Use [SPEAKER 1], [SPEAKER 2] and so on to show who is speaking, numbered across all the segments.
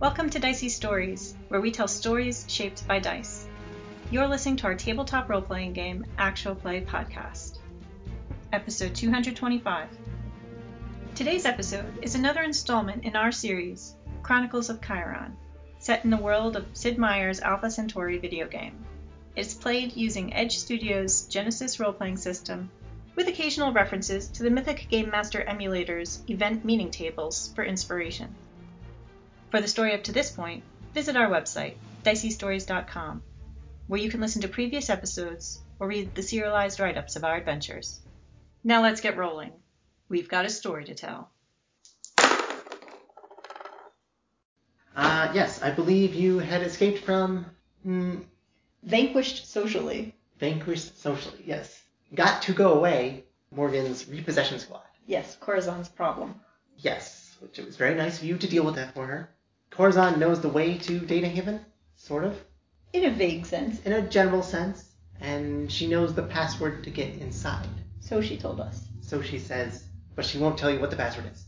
[SPEAKER 1] Welcome to Dicey Stories, where we tell stories shaped by dice. You're listening to our tabletop role playing game, Actual Play Podcast, episode 225. Today's episode is another installment in our series, Chronicles of Chiron, set in the world of Sid Meier's Alpha Centauri video game. It's played using Edge Studios' Genesis role playing system, with occasional references to the Mythic Game Master emulator's event meaning tables for inspiration. For the story up to this point, visit our website, diceystories.com, where you can listen to previous episodes or read the serialized write ups of our adventures. Now let's get rolling. We've got a story to tell.
[SPEAKER 2] Uh, yes, I believe you had escaped from mm,
[SPEAKER 3] vanquished socially.
[SPEAKER 2] vanquished socially. Yes, got to go away. Morgan's repossession squad.
[SPEAKER 3] Yes, Corazon's problem.
[SPEAKER 2] Yes, which it was very nice of you to deal with that for her. Corazon knows the way to Data Haven, sort of,
[SPEAKER 3] In a vague sense,
[SPEAKER 2] in a general sense, and she knows the password to get inside.
[SPEAKER 3] so she told us.
[SPEAKER 2] So she says, but she won't tell you what the password is.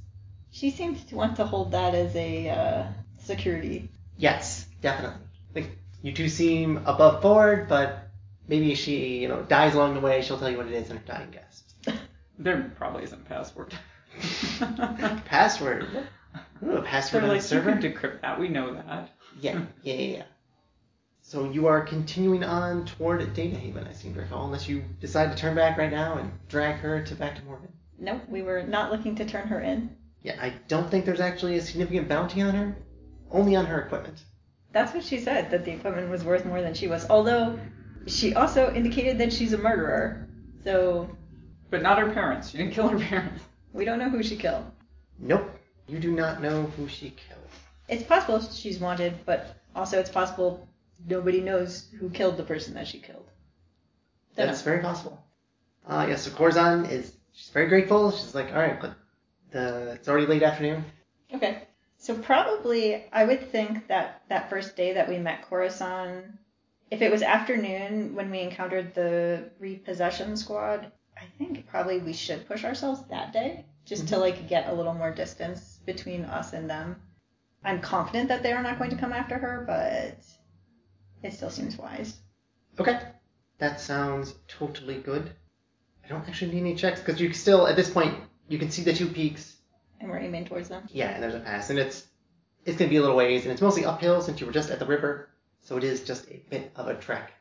[SPEAKER 3] She seems to want to hold that as a uh, security.
[SPEAKER 2] Yes, definitely. Like you two seem above board, but maybe she, you know, dies along the way. She'll tell you what it is in her dying gasp.
[SPEAKER 4] There probably isn't a password.
[SPEAKER 2] Password. Ooh, a
[SPEAKER 4] They're
[SPEAKER 2] password on
[SPEAKER 4] like,
[SPEAKER 2] the server?
[SPEAKER 4] you can decrypt that. We know that.
[SPEAKER 2] yeah, yeah, yeah, yeah. So you are continuing on toward Data Haven, I seem to recall, unless you decide to turn back right now and drag her to back to Morgan.
[SPEAKER 3] Nope, we were not looking to turn her in.
[SPEAKER 2] Yeah, I don't think there's actually a significant bounty on her, only on her equipment.
[SPEAKER 3] That's what she said, that the equipment was worth more than she was. Although, she also indicated that she's a murderer. So,
[SPEAKER 4] But not her parents. She didn't kill her parents.
[SPEAKER 3] we don't know who she killed.
[SPEAKER 2] Nope, you do not know who she killed.
[SPEAKER 3] It's possible she's wanted, but also it's possible nobody knows who killed the person that she killed. Don't
[SPEAKER 2] That's
[SPEAKER 3] know.
[SPEAKER 2] very possible. Uh, yeah, so Corazon is she's very grateful. She's like, all right, but the it's already late afternoon.
[SPEAKER 3] Okay. So probably I would think that that first day that we met Coruscant, if it was afternoon when we encountered the repossession squad, I think probably we should push ourselves that day just to like get a little more distance between us and them. I'm confident that they are not going to come after her, but it still seems wise.
[SPEAKER 2] Okay. That sounds totally good. I don't actually need any checks because you still, at this point, you can see the two peaks.
[SPEAKER 3] And we're aiming towards them.
[SPEAKER 2] Yeah, and there's a pass, and it's it's gonna be a little ways, and it's mostly uphill since you were just at the river, so it is just a bit of a trek.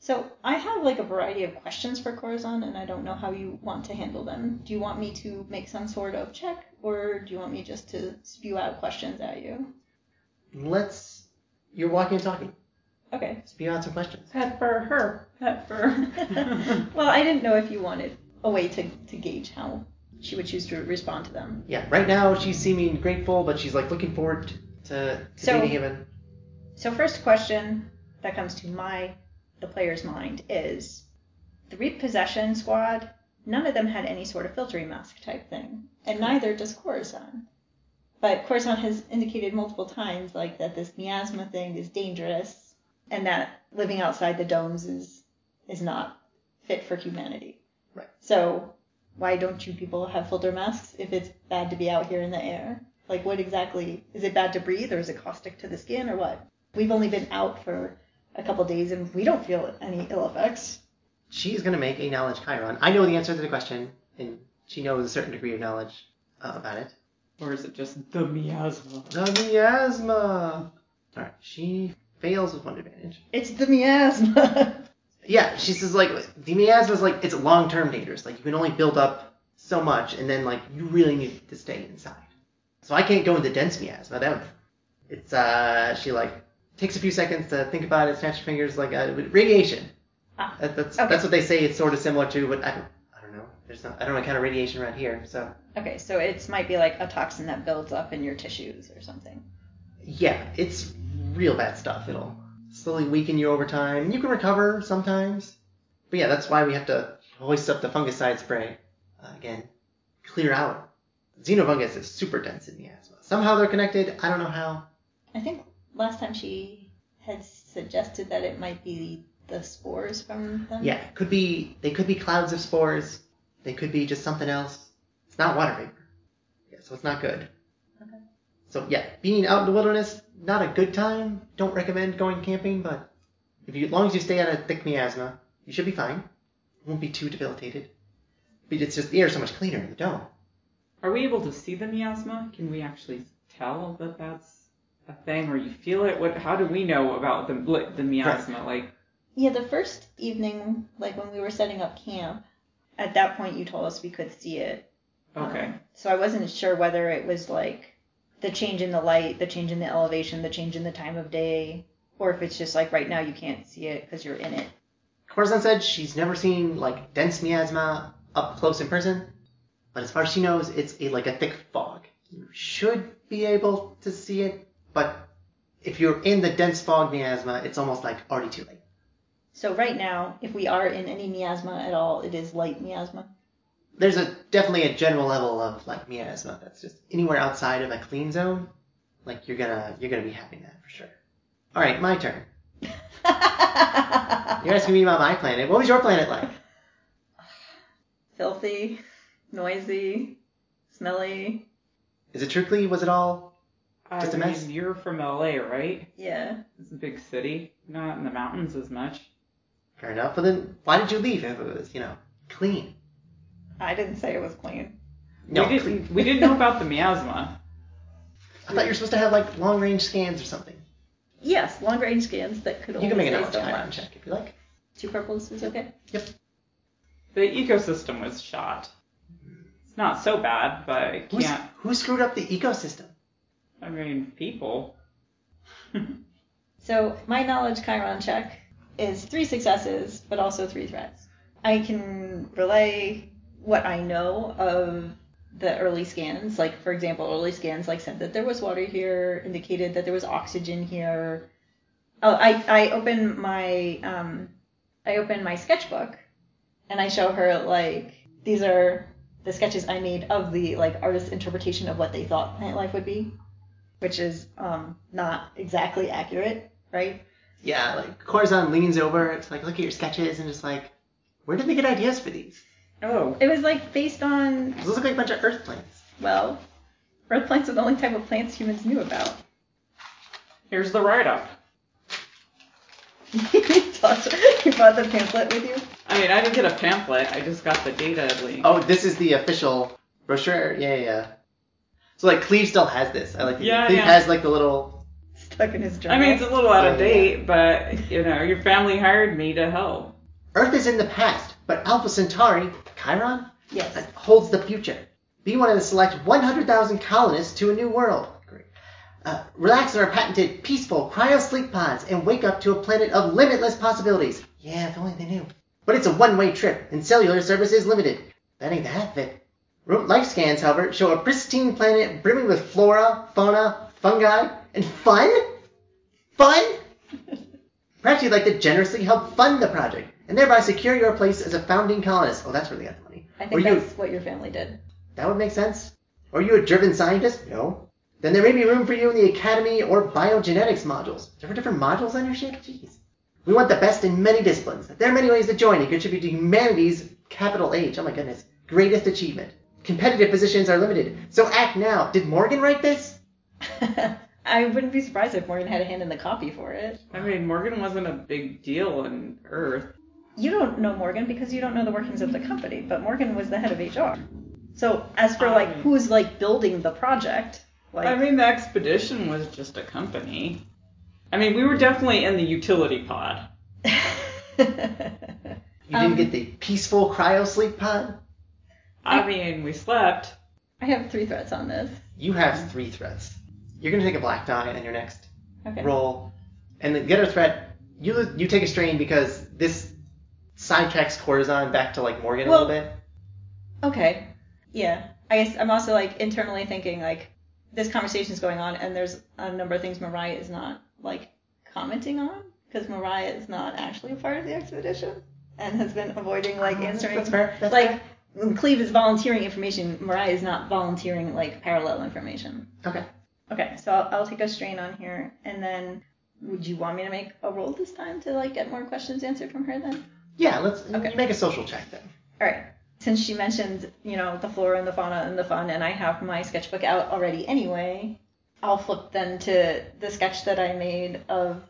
[SPEAKER 3] So I have like a variety of questions for Corazon, and I don't know how you want to handle them. Do you want me to make some sort of check, or do you want me just to spew out questions at you?
[SPEAKER 2] Let's. You're walking and talking.
[SPEAKER 3] Okay.
[SPEAKER 2] Spew out some questions.
[SPEAKER 4] Pepper, her. Pepper.
[SPEAKER 3] well, I didn't know if you wanted a way to, to gauge how she would choose to respond to them.
[SPEAKER 2] Yeah, right now she's seeming grateful, but she's like looking forward to, to
[SPEAKER 3] So-
[SPEAKER 2] Dana Haven.
[SPEAKER 3] So first question that comes to my the player's mind is the repossession squad. None of them had any sort of filtering mask type thing, and neither does Coruscant. But Coruscant has indicated multiple times like that this miasma thing is dangerous, and that living outside the domes is is not fit for humanity.
[SPEAKER 2] Right.
[SPEAKER 3] So why don't you people have filter masks if it's bad to be out here in the air? Like what exactly is it bad to breathe or is it caustic to the skin or what? We've only been out for a couple days and we don't feel any ill effects.
[SPEAKER 2] She's gonna make a knowledge Chiron. I know the answer to the question, and she knows a certain degree of knowledge uh, about it.
[SPEAKER 4] or is it just the miasma?
[SPEAKER 2] The miasma. All right, she fails with one advantage.
[SPEAKER 3] It's the miasma.
[SPEAKER 2] Yeah, she says like the miasma is like it's long term dangerous. Like you can only build up so much, and then like you really need to stay inside. So I can't go into dense miasma. That would, it's uh she like takes a few seconds to think about it, snatch her fingers like uh, radiation.
[SPEAKER 3] Ah,
[SPEAKER 2] That, that's
[SPEAKER 3] okay.
[SPEAKER 2] that's what they say. It's sort of similar to, but I don't I don't know. There's not I don't know kind of radiation around here. So
[SPEAKER 3] okay, so it's might be like a toxin that builds up in your tissues or something.
[SPEAKER 2] yeah, it's real bad stuff. It'll slowly weaken you over time. You can recover sometimes, but yeah, that's why we have to hoist up the fungicide spray uh, again. Clear out. Xenofungus is super dense in miasma. Somehow they're connected. I don't know how.
[SPEAKER 3] I think last time she had suggested that it might be the spores from them.
[SPEAKER 2] Yeah, could be they could be clouds of spores. They could be just something else. It's not water vapor. Yeah, so it's not good. So yeah, being out in the wilderness, not a good time. Don't recommend going camping, but if you, as long as you stay out of thick miasma, you should be fine. Won't be too debilitated. But it's just the air's so much cleaner in the dome.
[SPEAKER 4] Are we able to see the miasma? Can we actually tell that that's a thing, or you feel it? What? How do we know about the like, the miasma? Like,
[SPEAKER 3] Yeah, the first evening, like when we were setting up camp, at that point you told us we could see it.
[SPEAKER 4] okay,
[SPEAKER 3] Um, so I wasn't sure whether it was like the change in the light, the change in the elevation, the change in the time of day, or if it's just like right now you can't see it because you're in it.
[SPEAKER 2] Corazon said she's never seen like dense miasma up close in person, but as far as she knows, it's a, like a thick fog. You should be able to see it, but if you're in the dense fog miasma, it's almost like already too late.
[SPEAKER 3] So right now, if we are in any miasma at all, it is light miasma.
[SPEAKER 2] There's a definitely a general level of like miasma that's just anywhere outside of a clean zone, like you're gonna you're gonna be having that for sure. All right, my turn. You're asking me about my planet. What was your planet like?
[SPEAKER 3] Filthy, noisy, smelly.
[SPEAKER 2] Is it truly? Was it all?
[SPEAKER 4] Uh, I
[SPEAKER 2] Just a
[SPEAKER 4] mean,
[SPEAKER 2] mess.
[SPEAKER 4] you're from LA, right?
[SPEAKER 3] Yeah.
[SPEAKER 4] It's a big city, not in the mountains as much.
[SPEAKER 2] Fair enough. But then, why did you leave if it was, you know, clean?
[SPEAKER 3] I didn't say it was clean.
[SPEAKER 2] No,
[SPEAKER 4] we
[SPEAKER 2] clean.
[SPEAKER 4] didn't. We didn't know about the miasma.
[SPEAKER 2] I thought you were supposed to have like long range scans or something.
[SPEAKER 3] Yes, long range scans that could
[SPEAKER 2] You
[SPEAKER 3] only
[SPEAKER 2] can make
[SPEAKER 3] say
[SPEAKER 2] an knowledge
[SPEAKER 3] so
[SPEAKER 2] item
[SPEAKER 3] much.
[SPEAKER 2] check if you like.
[SPEAKER 3] Two purples is okay.
[SPEAKER 4] The ecosystem was shot. It's not so bad, but I
[SPEAKER 2] Who's,
[SPEAKER 4] can't.
[SPEAKER 2] Who screwed up the ecosystem?
[SPEAKER 4] I mean, people.
[SPEAKER 3] So my knowledge Chiron check is three successes, but also three threats. I can relay what I know of the early scans. Like for example, early scans like said that there was water here, indicated that there was oxygen here. Oh, I I open my um I open my sketchbook and I show her like these are the sketches I made of the like artist's interpretation of what they thought plant life would be, which is um not exactly accurate, right?
[SPEAKER 2] Yeah, like Corazon leans over. It's like, look at your sketches and just like, where did they get ideas for these?
[SPEAKER 4] Oh,
[SPEAKER 3] It was like based on
[SPEAKER 2] Those look like a bunch of earth plants.
[SPEAKER 3] well, earth plants are the only type of plants humans knew about.
[SPEAKER 4] here's the write-up.
[SPEAKER 3] you bought you bought the pamphlet with you.
[SPEAKER 4] I mean, I didn't get a pamphlet. I just got the data link.
[SPEAKER 2] Oh, this is the official brochure. Yeah, yeah. yeah. So like, Cleve still has this. I like. the-
[SPEAKER 4] Yeah,
[SPEAKER 2] Cleve
[SPEAKER 4] yeah.
[SPEAKER 2] has like the little.
[SPEAKER 3] Stuck in his journal.
[SPEAKER 4] I mean, it's a little out of
[SPEAKER 2] Oh, Yeah, yeah.
[SPEAKER 4] date, but you know, your family hired me to help.
[SPEAKER 2] Earth is in the past, but Alpha Centauri, Chiron,
[SPEAKER 3] yes.
[SPEAKER 2] that holds the future. Be one of the select 100,000 colonists to a new world. Uh, relax in our patented peaceful cryo sleep pods and wake up to a planet of limitless possibilities. Yeah, if only they knew. But it's a one-way trip, and cellular service is limited. That ain't the half of it. Rote life scans, however, show a pristine planet brimming with flora, fauna, fungi, and fun? Fun? Perhaps you'd like to generously help fund the project, and thereby secure your place as a founding colonist. Oh, that's where they got the money.
[SPEAKER 3] I
[SPEAKER 2] Or
[SPEAKER 3] think
[SPEAKER 2] you-
[SPEAKER 3] that's what your family did.
[SPEAKER 2] that would make sense. Are you a driven scientist? No. Then there may be room for you in the academy or biogenetics modules. There were different modules on your ship? Jeez. We want the best in many disciplines. There are many ways to join and contribute to humanity's capital H. Oh my goodness. Greatest achievement. Competitive positions are limited. So act now. Did Morgan write this?
[SPEAKER 3] I wouldn't be surprised if Morgan had a hand in the copy for it.
[SPEAKER 4] I mean, Morgan wasn't a big deal in Earth.
[SPEAKER 3] You don't know Morgan because you don't know the workings of the company, but Morgan was the head of HR. So as for like
[SPEAKER 4] Um,
[SPEAKER 3] who's like building the project, like
[SPEAKER 4] I mean, the expedition was just a company. I mean, we were definitely in the utility pod.
[SPEAKER 2] You didn't
[SPEAKER 3] Um.
[SPEAKER 2] get the peaceful cryo sleep pod? Mm.
[SPEAKER 4] I mean, we slept.
[SPEAKER 3] I have three threats on this.
[SPEAKER 2] You have three threats. You're going to take a black die on your next
[SPEAKER 3] Okay.
[SPEAKER 2] roll, and then get a threat. You lo- you take a strain because this sidetracks Corazon back to like Morgan a
[SPEAKER 3] Well-
[SPEAKER 2] little bit.
[SPEAKER 3] Okay. Yeah. I guess I'm also like internally thinking like this conversation's going on and there's a number of things Mariah is not like commenting on because Mariah is not actually a part of the expedition and has been avoiding like answering.
[SPEAKER 2] Oh, That's fair. That's
[SPEAKER 3] like when Cleve is volunteering information, Mariah is not volunteering like parallel information.
[SPEAKER 2] fair. okay.
[SPEAKER 3] Okay, so I'll, I'll take a strain on here and then would you want me to make a roll this time to like get more questions answered from her then?
[SPEAKER 2] Yeah, let's
[SPEAKER 3] Okay.
[SPEAKER 2] you make a social check then.
[SPEAKER 3] All right. Since she mentioned, you know, the flora and the fauna and the fun, and I have my sketchbook out already anyway, I'll flip then to the sketch that I made of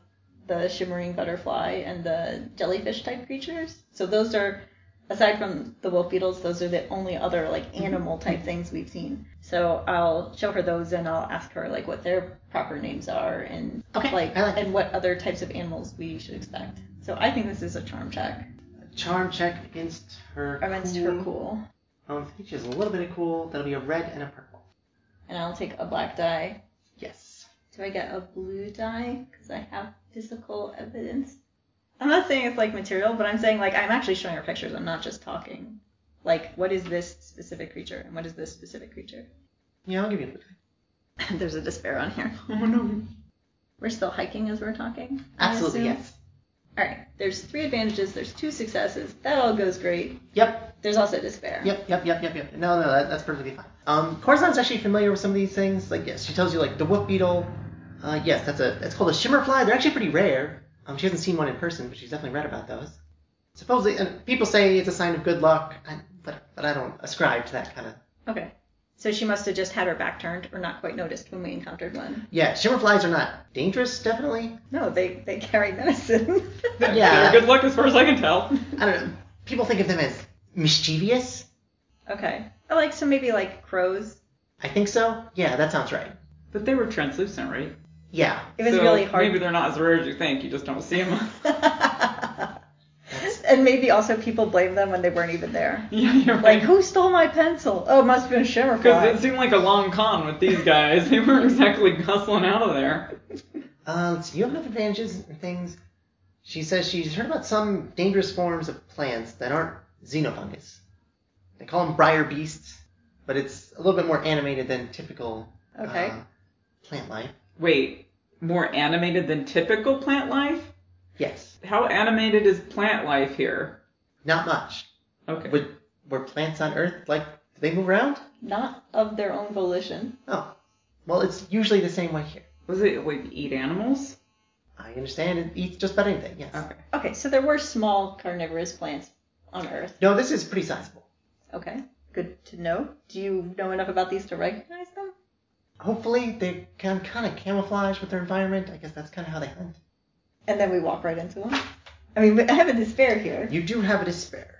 [SPEAKER 3] the shimmering butterfly and the jellyfish type creatures. So those are, aside from the wolf beetles, those are the only other like
[SPEAKER 2] Mm-hmm.
[SPEAKER 3] animal type things we've seen. So I'll show her those and I'll ask her like what their proper names are and
[SPEAKER 2] Okay,
[SPEAKER 3] like,
[SPEAKER 2] I like
[SPEAKER 3] and what other types of animals we should expect. So I think this is a charm check
[SPEAKER 2] Charm check against her.
[SPEAKER 3] against her cool.
[SPEAKER 2] Um, I think she has a little bit of cool. That'll be a red and a purple.
[SPEAKER 3] And I'll take a black die.
[SPEAKER 2] Yes.
[SPEAKER 3] Do I get a blue die? Because I have physical evidence. I'm not saying it's like material, but I'm saying like I'm actually showing her pictures. I'm not just talking. Like, what is this specific creature and what is this specific creature?
[SPEAKER 2] Yeah, I'll give you a blue die.
[SPEAKER 3] There's a despair on here.
[SPEAKER 4] Oh no.
[SPEAKER 3] We're still hiking as we're talking. I
[SPEAKER 2] Absolutely,
[SPEAKER 3] assume?
[SPEAKER 2] yes.
[SPEAKER 3] All right. There's three advantages. There's two successes. That all goes great.
[SPEAKER 2] Yep,
[SPEAKER 3] There's also despair.
[SPEAKER 2] yep, yep, yep, yep, yep. No, no, that, that's perfectly fine. Um, Corazon's actually familiar with some of these things. Like, yes, she tells you, like, the wolf beetle. Uh, yes, that's a, that's called a shimmerfly. They're actually pretty rare. Um, she hasn't seen one in person, but she's definitely read about those. Supposedly, and people say it's a sign of good luck, I, but, but I don't ascribe to that kind of
[SPEAKER 3] Okay. So she must have just had her back turned or not quite noticed when we encountered one.
[SPEAKER 2] Yeah, shimmerflies are not dangerous, definitely.
[SPEAKER 3] No, they they carry medicine.
[SPEAKER 2] Yeah.
[SPEAKER 4] Good luck as far as I can tell.
[SPEAKER 2] I don't know. People think of them as mischievous.
[SPEAKER 3] Okay. I like so maybe like crows.
[SPEAKER 2] I think so. Yeah, that sounds right.
[SPEAKER 4] But they were translucent, right?
[SPEAKER 2] Yeah.
[SPEAKER 3] It was
[SPEAKER 4] So
[SPEAKER 3] really hard.
[SPEAKER 4] Maybe they're not as rare as you think. You just don't see them.
[SPEAKER 3] and maybe also people blame them when they weren't even there.
[SPEAKER 4] yeah, you're
[SPEAKER 3] Like,
[SPEAKER 4] right.
[SPEAKER 3] who stole my pencil? Oh, it must have been
[SPEAKER 4] Because it
[SPEAKER 3] Shimmerfly.
[SPEAKER 4] seemed like a long con with these guys. they weren't exactly hustling out of there.
[SPEAKER 2] Uh, let's see, you have enough advantages and things. She says she's heard about some dangerous forms of plants that aren't xenofungus. They call them briar beasts, but it's a little bit more animated than typical
[SPEAKER 3] Okay.
[SPEAKER 2] uh, plant life.
[SPEAKER 4] Wait, more animated than typical plant life?
[SPEAKER 2] Yes,
[SPEAKER 4] How animated is plant life here?
[SPEAKER 2] not much.
[SPEAKER 4] Okay.
[SPEAKER 2] Would, were plants on Earth like? Do they move around?
[SPEAKER 3] Not of their own volition.
[SPEAKER 2] Oh, well, it's usually the same way here.
[SPEAKER 4] Was it like eat animals?
[SPEAKER 2] I understand it eats just about anything. Yes.
[SPEAKER 4] Okay.
[SPEAKER 3] Okay, so there were small carnivorous plants on Earth.
[SPEAKER 2] No, this is pretty sizable.
[SPEAKER 3] Okay. Good to know. Do you know enough about these to recognize them?
[SPEAKER 2] Hopefully, they can kind of camouflage with their environment. I guess that's kind of how they hunt.
[SPEAKER 3] And then we walk right into them. I mean, I have a despair here.
[SPEAKER 2] You do have a despair.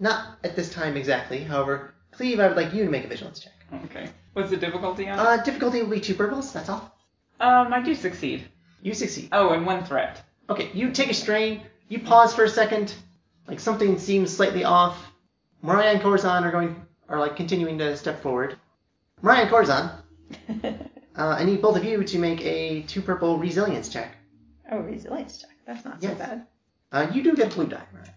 [SPEAKER 2] Not at this time exactly. However, Cleve, I would like you to make a vigilance check.
[SPEAKER 4] Okay. What's the difficulty on it?
[SPEAKER 2] Uh, difficulty will be two purples. That's all.
[SPEAKER 4] Um, I do succeed.
[SPEAKER 2] You succeed.
[SPEAKER 4] Oh, and one threat.
[SPEAKER 2] Okay, you take a strain. You pause for a second. Like something seems slightly off. Mariah and Corazon are going are like continuing to step forward. Mariah and Corazon, uh, I need both of you to make a two purple resilience check.
[SPEAKER 3] oh, resilience check. That's not so
[SPEAKER 2] Yes.
[SPEAKER 3] bad.
[SPEAKER 2] Uh, you do get a blue die. Mariah.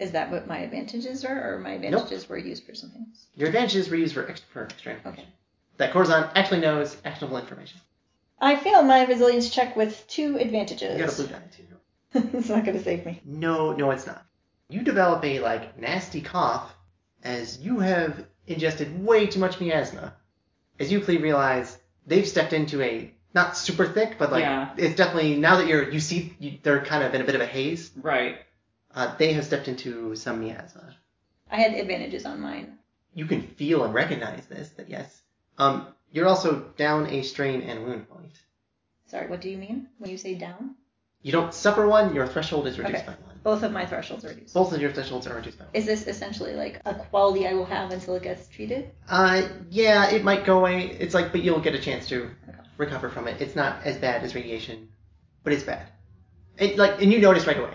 [SPEAKER 3] Is that what my advantages are, or my advantages were used for something? else?
[SPEAKER 2] Your advantages were used for extra, for extra information.
[SPEAKER 3] Okay.
[SPEAKER 2] That Corazon actually knows actionable information.
[SPEAKER 3] I fail my resilience check with two
[SPEAKER 2] You got a
[SPEAKER 3] advantages.
[SPEAKER 2] blue die too.
[SPEAKER 3] it's not going to save me.
[SPEAKER 2] No, no, it's not. You develop a like nasty cough as you have ingested way too much miasma. As you clearly realize, they've stepped into a not super thick, but like
[SPEAKER 4] Yeah.
[SPEAKER 2] it's definitely now that you're you see you, they're kind of in a bit of a haze.
[SPEAKER 4] Right.
[SPEAKER 2] Uh, they have stepped into some miasma.
[SPEAKER 3] I had advantages on mine.
[SPEAKER 2] You can feel and recognize this. That yes, um, you're also down a strain and wound point.
[SPEAKER 3] Sorry, what do you mean when you say down?
[SPEAKER 2] You don't suffer one, your threshold is reduced
[SPEAKER 3] Okay.
[SPEAKER 2] by one.
[SPEAKER 3] Both of my thresholds are reduced.
[SPEAKER 2] Both of your thresholds are reduced by one.
[SPEAKER 3] Is this essentially like a quality I will have until it gets treated?
[SPEAKER 2] Uh, yeah, it might go away. It's like, but you'll get a chance to recover from it. It's not as bad as radiation, but it's bad. It like, and you notice right away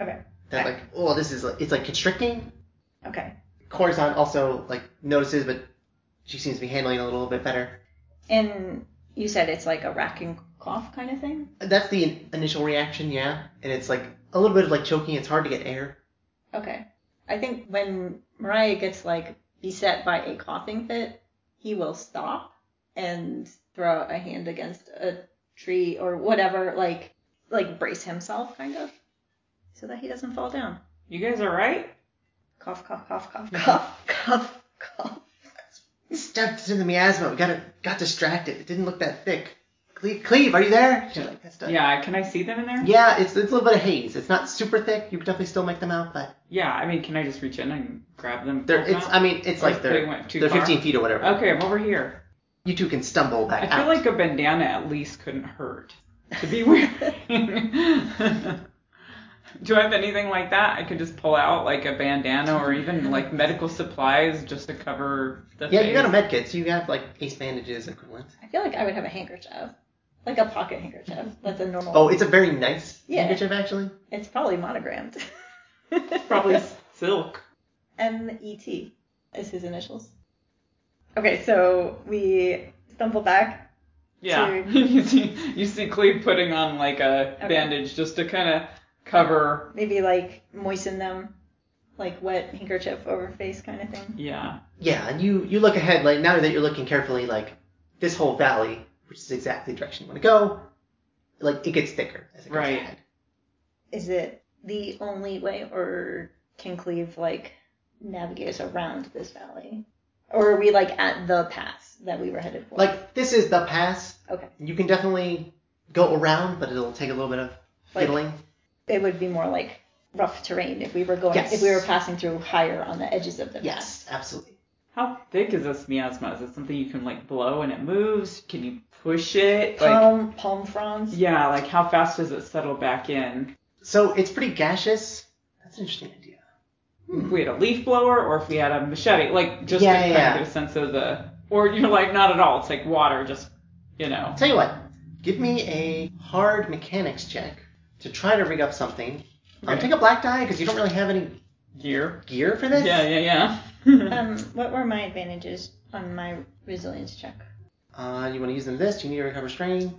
[SPEAKER 3] Okay.
[SPEAKER 2] that like, oh, this is like, it's like constricting.
[SPEAKER 3] Okay.
[SPEAKER 2] Corazon also like notices, but she seems to be handling it a little bit better.
[SPEAKER 3] And you said it's like a racking cough kind of thing?
[SPEAKER 2] That's the in- initial reaction, yeah. And it's like a little bit of like choking. It's hard to get air.
[SPEAKER 3] Okay. I think when Mariah gets like beset by a coughing fit, he will stop and throw a hand against a tree or whatever, like like brace himself kind of, so that he doesn't fall down.
[SPEAKER 4] You guys are right.
[SPEAKER 3] Cough, cough, cough, cough, cough, cough, cough.
[SPEAKER 2] Stepped into the miasma. We got it. Got distracted. It didn't look that thick. Cleve, Cleve are you there? She's like, that's done.
[SPEAKER 4] Yeah. Can I see them in there?
[SPEAKER 2] Yeah, it's, it's a little bit of haze. It's not super thick. You could definitely still make them out, but
[SPEAKER 4] Yeah, I mean, can I just reach in and grab them?
[SPEAKER 2] they're,
[SPEAKER 4] Pull them
[SPEAKER 2] it's.
[SPEAKER 4] out?
[SPEAKER 2] I mean, it's
[SPEAKER 4] Or
[SPEAKER 2] like
[SPEAKER 4] they
[SPEAKER 2] they're
[SPEAKER 4] went too
[SPEAKER 2] they're
[SPEAKER 4] far?
[SPEAKER 2] 15 feet or whatever.
[SPEAKER 4] Okay, I'm over here.
[SPEAKER 2] You two can stumble back
[SPEAKER 4] I
[SPEAKER 2] out.
[SPEAKER 4] feel like a bandana at least couldn't hurt to be wearing. Do I have anything like that? I could just pull out like a bandana or even like medical supplies just to cover the
[SPEAKER 2] yeah,
[SPEAKER 4] face.
[SPEAKER 2] you got a med kit, so you have like ace bandages equivalent.
[SPEAKER 3] I feel like I would have a handkerchief, like a pocket handkerchief. That's a normal.
[SPEAKER 2] Oh, it's a very nice
[SPEAKER 3] Yeah.
[SPEAKER 2] handkerchief actually.
[SPEAKER 3] it's probably monogrammed.
[SPEAKER 4] probably s- silk.
[SPEAKER 3] M E T is his initials. Okay, so we stumble back.
[SPEAKER 4] Yeah.
[SPEAKER 3] True.
[SPEAKER 4] you see you see Cleve putting on like a
[SPEAKER 3] Okay.
[SPEAKER 4] bandage just to kind of cover
[SPEAKER 3] Maybe like moisten them, like wet handkerchief over face kind of thing.
[SPEAKER 4] yeah.
[SPEAKER 2] Yeah, and you you look ahead like now that you're looking carefully like this whole valley, which is exactly the direction you want to go. Like it gets thicker as it goes
[SPEAKER 4] Right.
[SPEAKER 2] ahead.
[SPEAKER 3] Is it the only way, or can Cleve like navigate us around this valley? Or are we like at the pass that we were headed for?
[SPEAKER 2] Like this is the pass.
[SPEAKER 3] okay,
[SPEAKER 2] You can definitely go around, but it'll take a little bit of
[SPEAKER 3] Like-
[SPEAKER 2] fiddling.
[SPEAKER 3] it would be more like rough terrain if we were going
[SPEAKER 2] Yes.
[SPEAKER 3] if we were passing through higher on the edges of the
[SPEAKER 2] yes, absolutely.
[SPEAKER 4] How thick is this miasma? Is it something you can like blow and it moves? Can you push it?
[SPEAKER 3] pass.
[SPEAKER 4] Like
[SPEAKER 2] Um,
[SPEAKER 3] Palm Um, palm fronds.
[SPEAKER 4] yeah, like how fast does it settle back in?
[SPEAKER 2] So it's pretty gaseous. That's an interesting idea.
[SPEAKER 4] If we had a leaf blower or if we had a machete, like just
[SPEAKER 2] Yeah,
[SPEAKER 4] to kind
[SPEAKER 2] yeah,
[SPEAKER 4] of
[SPEAKER 2] yeah.
[SPEAKER 4] get a sense of the or you're like not at all. It's like water, just you know.
[SPEAKER 2] Tell you what, give me a hard mechanics check to try to rig up something. Um,
[SPEAKER 4] Okay.
[SPEAKER 2] take a black die because you don't really have any
[SPEAKER 4] Gear.
[SPEAKER 2] gear for this.
[SPEAKER 4] Yeah, yeah, yeah.
[SPEAKER 3] Um, what were my advantages on my resilience check?
[SPEAKER 2] Uh, you want to use them this? You need to recover strain.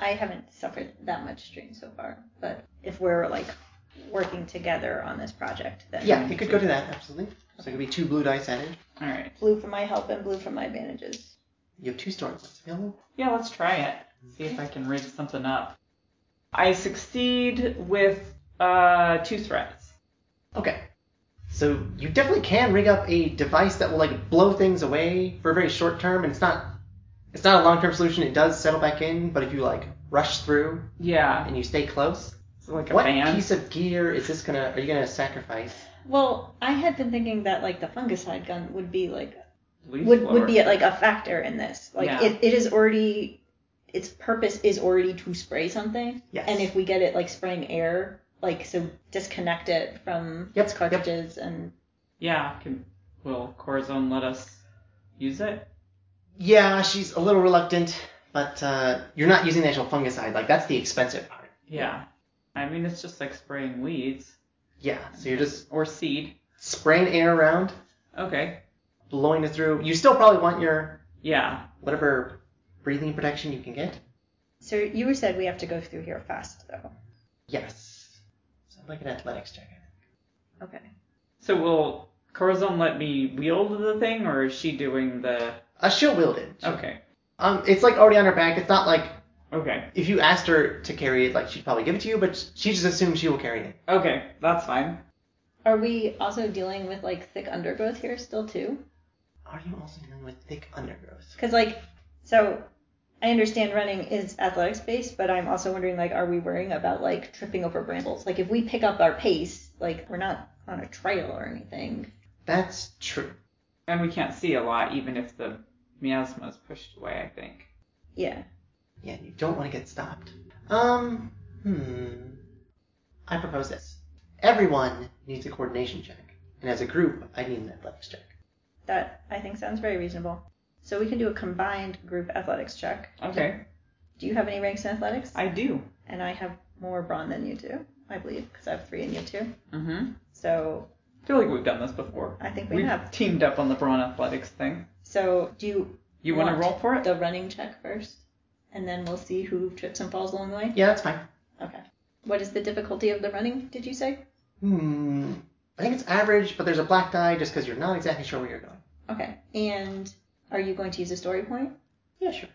[SPEAKER 3] I haven't suffered that much strain so far, but if we're like working together on this project, then
[SPEAKER 2] Yeah, it could go to that absolutely. So it could be two blue dice added.
[SPEAKER 4] all right.
[SPEAKER 3] blue for my help and blue for my advantages.
[SPEAKER 2] You have two story points available.
[SPEAKER 4] Yeah, let's try it. See if I can rig something up. I succeed with uh, two threats.
[SPEAKER 2] Okay. So you definitely can rig up a device that will like blow things away for a very short term, and it's not it's not a long term solution. It does settle back in, but if you like rush through
[SPEAKER 4] Yeah,
[SPEAKER 2] and you stay close,
[SPEAKER 4] so like a
[SPEAKER 2] what
[SPEAKER 4] fan.
[SPEAKER 2] piece of gear is this gonna? Are you gonna sacrifice?
[SPEAKER 3] Well, I had been thinking that like the fungicide gun would be like
[SPEAKER 4] Leaf
[SPEAKER 3] would
[SPEAKER 4] blower.
[SPEAKER 3] would be like a factor in this. Like
[SPEAKER 4] Yeah.
[SPEAKER 3] it, it is already its purpose is already to spray something.
[SPEAKER 2] Yes.
[SPEAKER 3] And if we get it like spraying air, like so disconnect it from
[SPEAKER 2] Yep,
[SPEAKER 3] its
[SPEAKER 2] yep.
[SPEAKER 3] cartridges and
[SPEAKER 4] Yeah, can will Corazon let us use it?
[SPEAKER 2] Yeah, she's a little reluctant, but uh, you're not using the actual fungicide. Like that's the expensive part.
[SPEAKER 4] Yeah. I mean, it's just like spraying weeds
[SPEAKER 2] Yeah, so you're just
[SPEAKER 4] or seed.
[SPEAKER 2] spraying air around,
[SPEAKER 4] Okay.
[SPEAKER 2] blowing it through. You still probably want your
[SPEAKER 4] Yeah.
[SPEAKER 2] whatever breathing protection you can get.
[SPEAKER 3] so you were said we have to go through here fast though.
[SPEAKER 2] Yes. So like an athletics check.
[SPEAKER 3] Okay.
[SPEAKER 4] So will Corazon let me wield the thing, or is she doing the?
[SPEAKER 2] Uh, she'll wield it.
[SPEAKER 4] Okay.
[SPEAKER 2] Um, it's like already on her back. It's not like
[SPEAKER 4] Okay.
[SPEAKER 2] if you asked her to carry it, like she'd probably give it to you, but she just assumes she will carry it.
[SPEAKER 4] Okay. That's fine.
[SPEAKER 3] Are we also dealing with like thick undergrowth here still too?
[SPEAKER 2] Are you also dealing with thick undergrowth?
[SPEAKER 3] Because like so. I understand running is athletics based, but I'm also wondering like, are we worrying about like tripping over brambles? Like, if we pick up our pace, like we're not on a trail or anything.
[SPEAKER 2] That's true.
[SPEAKER 4] And we can't see a lot, even if the miasma is pushed away. I think.
[SPEAKER 3] Yeah.
[SPEAKER 2] Yeah, you don't want to get stopped. Um, hmm. I propose this. Everyone needs a coordination check, and as a group, I need an athletics check.
[SPEAKER 3] That I think sounds very reasonable. So we can do a combined group athletics check.
[SPEAKER 4] Okay.
[SPEAKER 3] Do you have any ranks in athletics?
[SPEAKER 4] I do.
[SPEAKER 3] and I have more brawn than you do, I believe, because I have three and you have two.
[SPEAKER 4] Mm-hmm.
[SPEAKER 3] So
[SPEAKER 4] I feel like we've done this before.
[SPEAKER 3] I think we
[SPEAKER 4] We've
[SPEAKER 3] have.
[SPEAKER 4] teamed up on the brawn athletics thing.
[SPEAKER 3] So do you,
[SPEAKER 4] You want to
[SPEAKER 3] Want
[SPEAKER 4] roll for it?
[SPEAKER 3] the running check first, and then we'll see who trips and falls along the way.
[SPEAKER 2] Yeah, that's fine.
[SPEAKER 3] Okay. What is the difficulty of the running? Did you say?
[SPEAKER 2] Hmm. I think it's average, but there's a black die just because you're not exactly sure where you're going.
[SPEAKER 3] Okay. And are you going to use a story point?
[SPEAKER 2] Yeah, sure.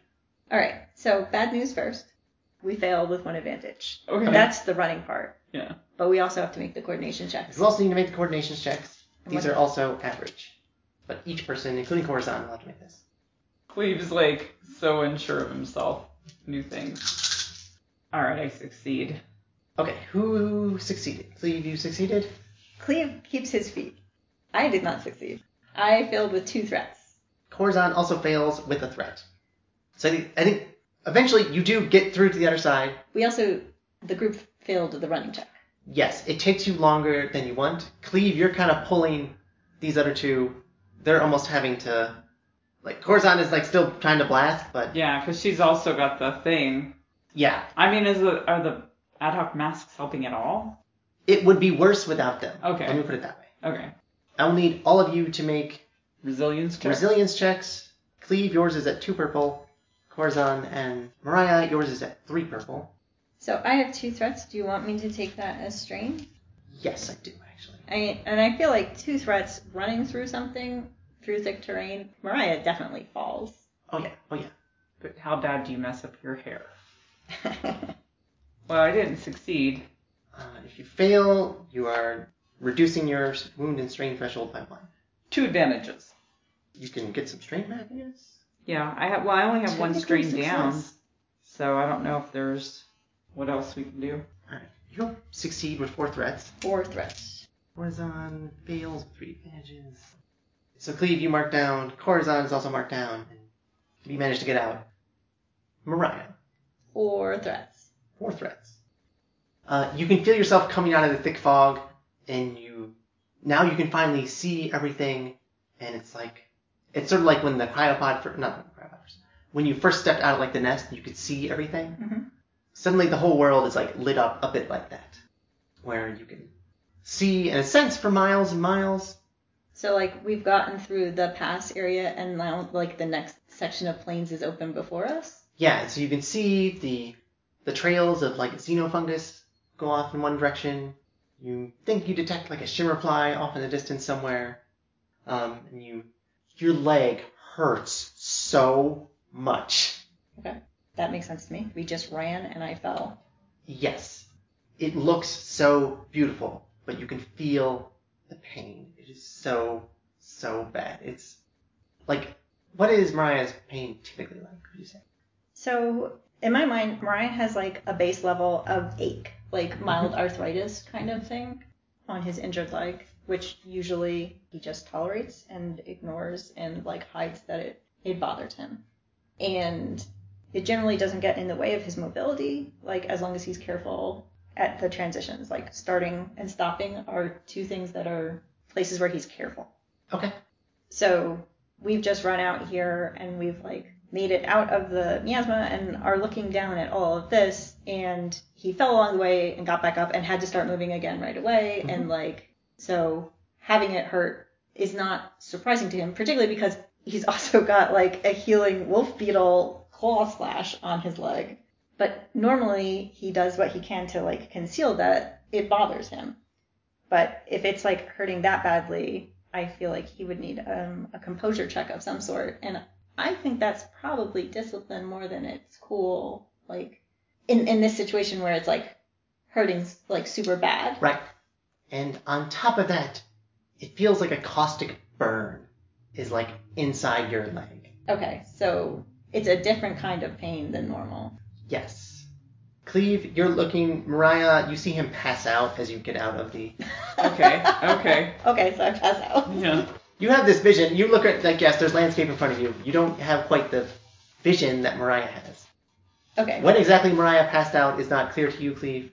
[SPEAKER 3] All right. So bad news first. We fail with one advantage.
[SPEAKER 4] Okay.
[SPEAKER 3] That's the running part.
[SPEAKER 4] Yeah.
[SPEAKER 3] But we also have to make the coordination checks.
[SPEAKER 2] You also need to make the coordinations checks. These
[SPEAKER 3] What-
[SPEAKER 2] are also average, but each person, including Corazon, will have to make this.
[SPEAKER 4] Cleve's like so unsure of himself. New things. All right, I succeed.
[SPEAKER 2] Okay, who succeeded? Cleve, you succeeded.
[SPEAKER 3] Cleve keeps his feet. I did not succeed. I failed with two threats.
[SPEAKER 2] Corazon also fails with a threat. So I think, I think eventually you do get through to the other side.
[SPEAKER 3] We also the group failed the running check.
[SPEAKER 2] Yes, it takes you longer than you want. Cleve, you're kind of pulling these other two. They're almost having to, like, Corazon is like still trying to blast, but
[SPEAKER 4] Yeah, because she's also got the thing.
[SPEAKER 2] yeah,
[SPEAKER 4] I mean, is the are the ad hoc masks helping at all?
[SPEAKER 2] it would be worse without them.
[SPEAKER 4] Okay.
[SPEAKER 2] Let me put it that way.
[SPEAKER 4] Okay.
[SPEAKER 2] I will need all of you to make
[SPEAKER 4] Resilience check.
[SPEAKER 2] resilience checks. Cleve, yours is at two purple. Corazon and Mariah, yours is at three purple.
[SPEAKER 3] So I have two threats. Do you want me to take that as strain?
[SPEAKER 2] Yes, I do actually.
[SPEAKER 3] I, and I feel like two threats running through something through thick terrain. Mariah definitely falls.
[SPEAKER 2] Oh yeah, oh yeah.
[SPEAKER 4] But how bad do you mess up your hair? Well, I didn't succeed.
[SPEAKER 2] Uh, if you fail, you are reducing your s- wound and strain threshold by one.
[SPEAKER 4] Two advantages.
[SPEAKER 2] You can get some strain back, I guess.
[SPEAKER 4] Yeah, I have. Well, I only have one
[SPEAKER 3] Technically
[SPEAKER 4] strain down,
[SPEAKER 3] success.
[SPEAKER 4] so I don't know if there's what else we can do.
[SPEAKER 2] All right, you'll succeed with four threats.
[SPEAKER 3] Four threats.
[SPEAKER 2] Corazon fails with three advantages. So Cleve, you mark down. Corazon is also marked down. And you manage to get out. Mariah,
[SPEAKER 3] Four threats.
[SPEAKER 2] four threats. Uh, you can feel yourself coming out of the thick fog, and you now you can finally see everything, and it's like it's sort of like when the cryopod for not the cryopoders when you first stepped out of like the nest, and you could see everything.
[SPEAKER 3] Mhm.
[SPEAKER 2] Suddenly, the whole world is like lit up a bit like that, where you can see and sense for miles and miles.
[SPEAKER 3] So like we've gotten through the pass area and now like the next section of plains is open before us.
[SPEAKER 2] Yeah, so you can see the the trails of like xenofungus go off in one direction. You think you detect like a shimmerfly off in the distance somewhere, um, and you your leg hurts so much.
[SPEAKER 3] Okay. That makes sense to me. We just ran and I fell.
[SPEAKER 2] Yes, it looks so beautiful, but you can feel the pain. It is so so bad. It's like what is Mariah's pain typically like? Would you say?
[SPEAKER 3] So in my mind, Mariah has like a base level of ache, like mild arthritis kind of thing on his injured leg, which usually he just tolerates and ignores and like hides that it, it bothers him. And it generally doesn't get in the way of his mobility, like as long as he's careful at the transitions, like starting and stopping are two things that are places where he's careful.
[SPEAKER 2] Okay.
[SPEAKER 3] So we've just run out here and we've like made it out of the miasma and are looking down at all of this. And he fell along the way and got back up and had to start moving again right away. And like, so having it hurt is not surprising to him, particularly because he's also got like a healing wolf beetle claw slash on his leg. But normally he does what he can to like conceal that it bothers him. But if it's like hurting that badly, I feel like he would need um, a composure check of some sort. And I think that's probably discipline more than it's cool. Like in in this situation where it's like hurting like super bad.
[SPEAKER 2] Right. And on top of that, it feels like a caustic burn is like inside your leg.
[SPEAKER 3] Okay, so it's a different kind of pain than normal.
[SPEAKER 2] Yes. Cleve, you're looking. Mariah, you see him pass out as you get out of the.
[SPEAKER 4] Okay, okay,
[SPEAKER 3] Okay, so I pass out.
[SPEAKER 4] yeah.
[SPEAKER 2] You have this vision. You look at, like, yes, there's landscape in front of you. You don't have quite the vision that Mariah has.
[SPEAKER 3] Okay,
[SPEAKER 2] When exactly Mariah passed out is not clear to you, Cleve.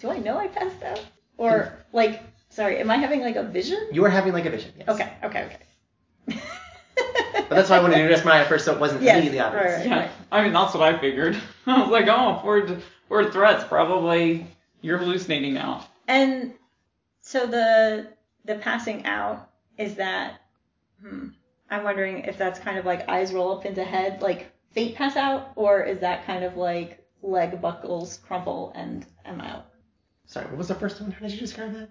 [SPEAKER 3] do I know I passed out? Or like, sorry, am I having like a vision?
[SPEAKER 2] You are having, like, a vision. Yes.
[SPEAKER 3] Okay, okay, okay.
[SPEAKER 2] But that's why I wanted to address Mariah first so it wasn't
[SPEAKER 3] Yes,
[SPEAKER 2] immediately obvious.
[SPEAKER 3] right, right.
[SPEAKER 4] Yeah, I mean that's what I figured. I was like, oh, word, word threats, probably you're hallucinating now.
[SPEAKER 3] And so the the passing out is that hmm, I'm wondering if that's kind of like eyes roll up into head, like faint pass out, or is that kind of like leg buckles, crumple, and I'm out.
[SPEAKER 2] Sorry, what was the first one? How did you describe that?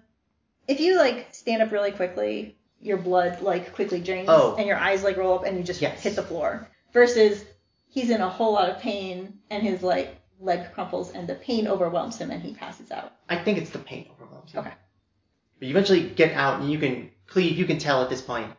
[SPEAKER 3] If you like stand up really quickly, your blood like quickly drains
[SPEAKER 2] Oh.
[SPEAKER 3] and your eyes like roll up and you just
[SPEAKER 2] Yes.
[SPEAKER 3] hit the floor. Versus he's in a whole lot of pain and his like leg crumples and the pain overwhelms him and he passes out.
[SPEAKER 2] I think it's the pain overwhelms you.
[SPEAKER 3] Okay.
[SPEAKER 2] But you eventually get out, and you can Cleve. You can tell at this point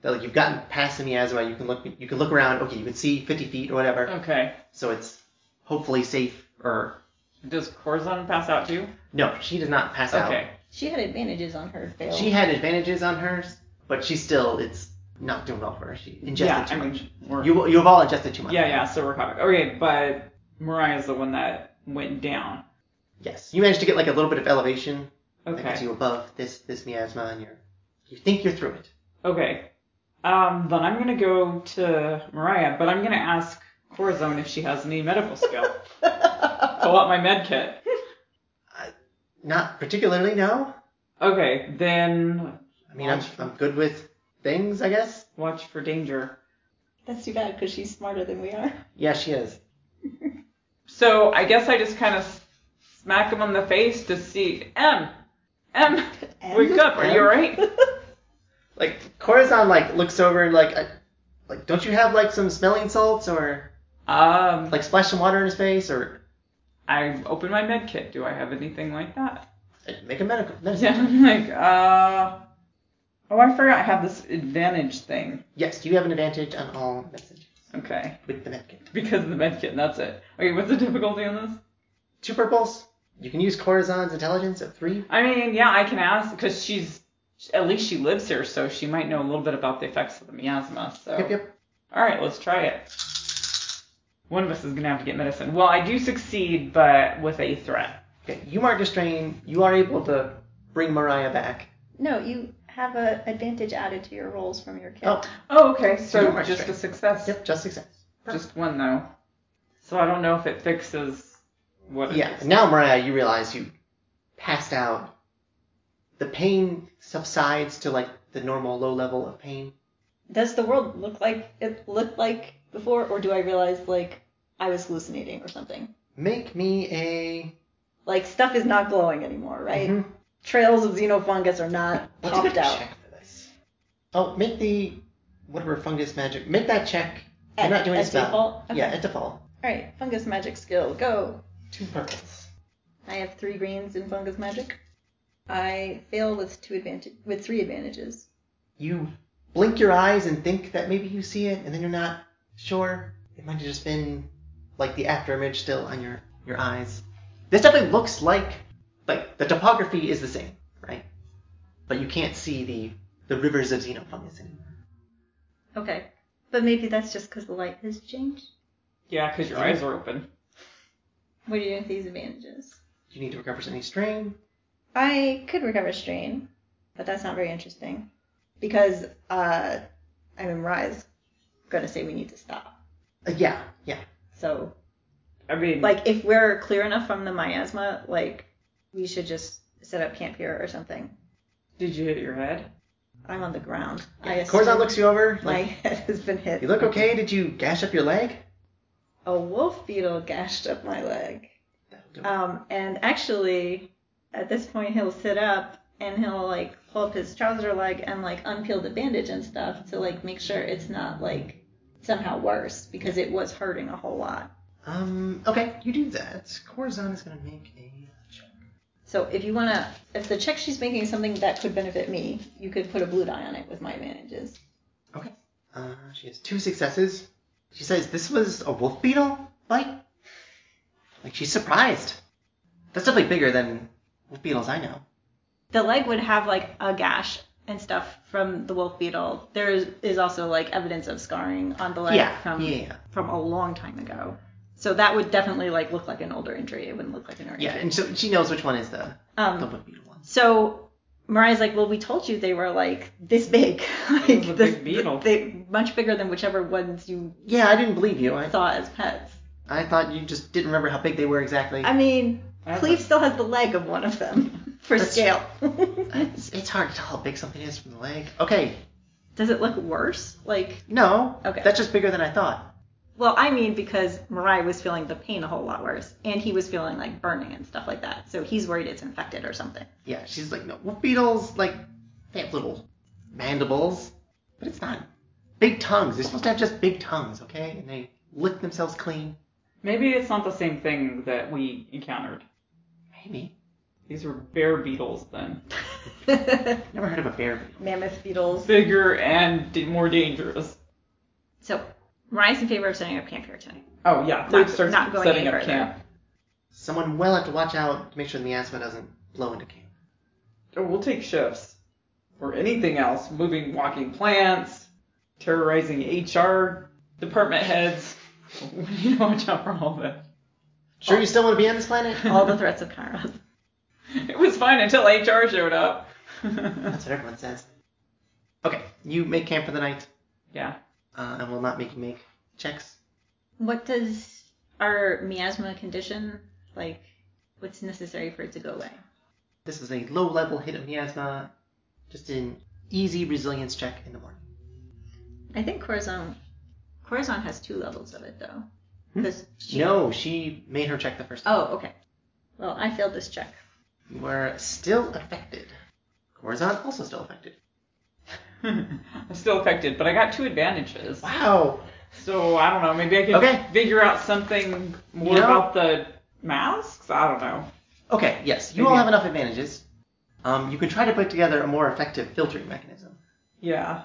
[SPEAKER 2] that like you've gotten past the miasma. You can look. You can look around. Okay, you can see 50 feet or whatever.
[SPEAKER 4] Okay.
[SPEAKER 2] So it's hopefully safe. Or
[SPEAKER 4] Does Corazon pass out too?
[SPEAKER 2] no, she does not pass
[SPEAKER 4] Okay.
[SPEAKER 3] She had advantages on her fail.
[SPEAKER 2] out. She had advantages on hers, but she still. It's not doing well for her. She ingested
[SPEAKER 4] yeah,
[SPEAKER 2] too
[SPEAKER 4] I
[SPEAKER 2] much.
[SPEAKER 4] mean, we're,
[SPEAKER 2] You you've all ingested too much.
[SPEAKER 4] yeah, yeah, so we're covered. Okay, but Mariah's the one that went down.
[SPEAKER 2] Yes. You managed to get like a little bit of elevation that gets
[SPEAKER 4] Okay.
[SPEAKER 2] you above this this miasma, and you're you think you're through it.
[SPEAKER 4] Okay. Um, then I'm gonna go to Mariah, but I'm gonna ask Corazon if she has any medical skill. Pull out my med kit.
[SPEAKER 2] Not particularly, no.
[SPEAKER 4] Okay, then
[SPEAKER 2] I mean, I'm
[SPEAKER 4] Watch.
[SPEAKER 2] I'm good with things, I guess.
[SPEAKER 4] watch for danger.
[SPEAKER 3] That's too bad because she's smarter than we are.
[SPEAKER 2] Yeah, she is.
[SPEAKER 4] So I guess I just kind of smack him on the face to see M. M,
[SPEAKER 3] M?
[SPEAKER 4] wake up! Are you
[SPEAKER 2] M?
[SPEAKER 4] alright?
[SPEAKER 2] Like Corazon, like looks over and like, I, like, don't you have like some smelling salts or
[SPEAKER 4] Um,
[SPEAKER 2] like splash some water in his face or
[SPEAKER 4] I open my med kit. Do I have anything like that?
[SPEAKER 2] uh, make a medical medicine?
[SPEAKER 4] Yeah, I'm like, uh, oh, I forgot I have this advantage thing.
[SPEAKER 2] Yes, you have an advantage on all medicine
[SPEAKER 4] Okay,
[SPEAKER 2] with the medkit.
[SPEAKER 4] because of the med kit. That's it. Okay, what's the difficulty on this?
[SPEAKER 2] Two purples. You can use Corazon's intelligence at three.
[SPEAKER 4] I mean, yeah, I can ask because she's at least she lives here, so she might know a little bit about the effects of the miasma. So,
[SPEAKER 2] Yep, yep.
[SPEAKER 4] all right, let's try it. One of us is gonna have to get medicine. Well, I do succeed, but with a threat.
[SPEAKER 2] Okay, you marked a strain. You are able to bring Mariah back.
[SPEAKER 3] No, you have an advantage added to your rolls from your kit.
[SPEAKER 2] Oh,
[SPEAKER 4] Oh, okay.
[SPEAKER 2] you
[SPEAKER 4] So
[SPEAKER 2] are
[SPEAKER 4] just a
[SPEAKER 2] straight.
[SPEAKER 4] success,
[SPEAKER 2] yep, just success.
[SPEAKER 4] just one though. So I don't know if it fixes what. It
[SPEAKER 2] Yeah.
[SPEAKER 4] is.
[SPEAKER 2] Now, Mariah, you realize you passed out. The pain subsides to like the normal low level of pain.
[SPEAKER 3] Does the world look like it looked like before, or do I realize like I was hallucinating or something?
[SPEAKER 2] Make me a.
[SPEAKER 3] Like stuff is not glowing anymore, right?
[SPEAKER 2] Mhm.
[SPEAKER 3] Trails of xenofungus are not
[SPEAKER 2] Let's
[SPEAKER 3] popped
[SPEAKER 2] get a
[SPEAKER 3] out.
[SPEAKER 2] check for this. Oh, make the whatever fungus magic. Make that check.
[SPEAKER 3] At-
[SPEAKER 2] You're not doing
[SPEAKER 3] at
[SPEAKER 2] a spell.
[SPEAKER 3] default? Okay.
[SPEAKER 2] Yeah, at default.
[SPEAKER 3] All right, fungus magic skill, go.
[SPEAKER 2] Two purples.
[SPEAKER 3] I have three greens in fungus magic. I fail with two advantage with three advantages.
[SPEAKER 2] You blink your eyes and think that maybe you see it, and then you're not sure. It might have just been like the after image still on your your eyes. This definitely looks like like the topography is the same, right? But you can't see the the rivers of xenofungus anymore.
[SPEAKER 3] Okay, but maybe that's just because the light has changed.
[SPEAKER 4] Yeah, because your eyes are open.
[SPEAKER 3] What do you do with these advantages?
[SPEAKER 2] You need to recover any strain.
[SPEAKER 3] I could recover strain, but that's not very interesting because uh, I mean, Rye's gonna say we need to stop.
[SPEAKER 2] Uh, yeah, yeah.
[SPEAKER 3] So,
[SPEAKER 4] I mean,
[SPEAKER 3] like, if we're clear enough from the miasma, like, we should just set up camp here or something.
[SPEAKER 4] did you hit your head?
[SPEAKER 3] I'm on the ground. I
[SPEAKER 2] yeah.
[SPEAKER 3] assume
[SPEAKER 2] Corazon looks you over.
[SPEAKER 3] my
[SPEAKER 2] Like,
[SPEAKER 3] head has been hit.
[SPEAKER 2] you look okay. Did you gash up your leg?
[SPEAKER 3] A wolf beetle gashed up my leg.
[SPEAKER 2] That'll do it.
[SPEAKER 3] Um, and actually, at this point, he'll sit up and he'll like pull up his trouser leg and like unpeel the bandage and stuff to like make sure it's not like somehow worse because it was hurting a whole lot.
[SPEAKER 2] Um, okay, you do that. Corazon is gonna make a check.
[SPEAKER 3] So if you wanna, if the check she's making is something that could benefit me, you could put a blue die on it with my advantages.
[SPEAKER 2] Okay. Uh, she has two successes. She says this was a wolf beetle bite. Like she's surprised. That's definitely bigger than wolf beetles I know.
[SPEAKER 3] The leg would have like a gash and stuff from the wolf beetle. There is, is also like evidence of scarring on the leg
[SPEAKER 2] yeah,
[SPEAKER 3] from
[SPEAKER 2] yeah, yeah,
[SPEAKER 3] from a long time ago. So that would definitely like look like an older injury. It wouldn't look like an older
[SPEAKER 2] yeah.
[SPEAKER 3] injury.
[SPEAKER 2] And so she knows which one is the the
[SPEAKER 3] Um,
[SPEAKER 2] wolf beetle one.
[SPEAKER 3] so Mariah's like, well, we told you they were like this big, like
[SPEAKER 4] It was a
[SPEAKER 3] this,
[SPEAKER 4] big beetle.
[SPEAKER 3] they much bigger than whichever ones you
[SPEAKER 2] Yeah, I didn't believe you. I
[SPEAKER 3] saw as pets.
[SPEAKER 2] I thought you just didn't remember how big they were exactly.
[SPEAKER 3] I mean,
[SPEAKER 4] Mm-hmm. I
[SPEAKER 3] Cleve still has the leg of one of them for
[SPEAKER 2] That's-
[SPEAKER 3] scale.
[SPEAKER 2] It's, it's hard to tell how big something is from the leg. Okay,
[SPEAKER 3] Does it look worse? Like,
[SPEAKER 2] no.
[SPEAKER 3] Okay.
[SPEAKER 2] That's just bigger than I thought.
[SPEAKER 3] well, I mean, because Mariah was feeling the pain a whole lot worse, and he was feeling like burning and stuff like that. So he's worried it's infected or something.
[SPEAKER 2] Yeah, she's like, no, wolf beetles, like, they have little mandibles, but it's not big tongues. They're supposed to have just big tongues, okay? And they lick themselves clean.
[SPEAKER 4] Maybe it's not the same thing that we encountered.
[SPEAKER 2] Maybe.
[SPEAKER 4] These were bear beetles then.
[SPEAKER 2] Never heard of a bear beetle.
[SPEAKER 3] Mammoth beetles.
[SPEAKER 4] Bigger and d- more dangerous.
[SPEAKER 3] So Ryan's in favor of setting up camp here tonight.
[SPEAKER 4] Oh yeah, Cleve
[SPEAKER 3] Not-
[SPEAKER 4] starts
[SPEAKER 3] not going
[SPEAKER 4] setting
[SPEAKER 3] any
[SPEAKER 4] up
[SPEAKER 3] further.
[SPEAKER 4] camp.
[SPEAKER 2] Someone will have to watch out to make sure the miasma doesn't blow into camp.
[SPEAKER 4] Oh, we'll take shifts or anything else. Moving, walking plants, terrorizing HR department heads. We need to watch out for all that.
[SPEAKER 2] Sure, you still want to be on this planet?
[SPEAKER 3] All the threats of Kairos.
[SPEAKER 4] It was fine until HR showed up.
[SPEAKER 2] That's what everyone says. Okay, you make camp for the night.
[SPEAKER 4] yeah.
[SPEAKER 2] Uh, I will not make you make checks.
[SPEAKER 3] What does our miasma condition like? What's necessary for it to go away?
[SPEAKER 2] This is a low level hit of miasma. Just an easy resilience check in the morning.
[SPEAKER 3] I think Corazon Corazon has two levels of it though. This she-
[SPEAKER 2] No, she made her check the first time.
[SPEAKER 3] Oh, okay. Well, I failed this check.
[SPEAKER 2] You are still affected. Corazon also still affected.
[SPEAKER 4] I'm still affected, but I got two advantages.
[SPEAKER 2] Wow.
[SPEAKER 4] So I don't know. Maybe I can
[SPEAKER 2] Okay.
[SPEAKER 4] figure out something more
[SPEAKER 2] You know-
[SPEAKER 4] about the masks. I don't know.
[SPEAKER 2] Okay, yes, you
[SPEAKER 4] Maybe-
[SPEAKER 2] all have enough advantages. Um, you can try to put together a more effective filtering mechanism.
[SPEAKER 4] Yeah.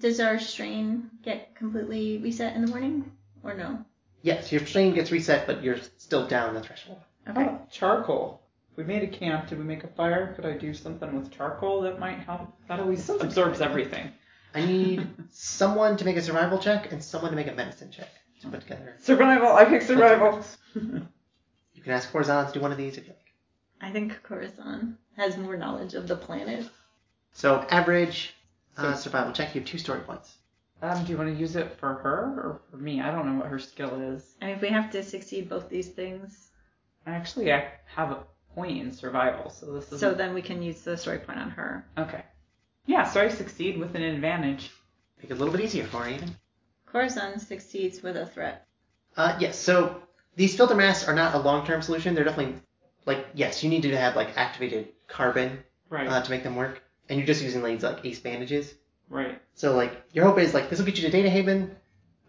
[SPEAKER 3] Does our strain get completely reset in the morning or no?
[SPEAKER 2] Yes, your strain gets reset, but you're still down the threshold.
[SPEAKER 3] Okay.
[SPEAKER 4] Oh, charcoal. We made a camp. Did we make a fire? Could I do something with charcoal that might help? That always absorbs everything.
[SPEAKER 2] I need someone to make a survival check and someone to make a medicine check to put together.
[SPEAKER 4] Survival. I pick survival.
[SPEAKER 2] You can ask Corazon to do one of these if you like.
[SPEAKER 3] I think Corazon has more knowledge of the planet.
[SPEAKER 2] So average uh, survival check, you have two story points.
[SPEAKER 4] Um, do you want to use it for her or for me? I don't know what her skill is.
[SPEAKER 3] I mean, if we have to succeed both these things,
[SPEAKER 4] Actually, I have a point in survival, so this is
[SPEAKER 3] so then we can use the story point on her.
[SPEAKER 4] okay. Yeah, so I succeed with an advantage.
[SPEAKER 2] Make it a little bit easier for you.
[SPEAKER 3] Corazon succeeds with a threat.
[SPEAKER 2] Uh, yes, so these filter masks are not a long term solution. They're definitely, like, yes, you need to have, like, activated carbon
[SPEAKER 4] Right.
[SPEAKER 2] uh, to make them work. And you're just using, like, like, ace bandages.
[SPEAKER 4] right.
[SPEAKER 2] So, like, your hope is, like, this will get you to Data Haven,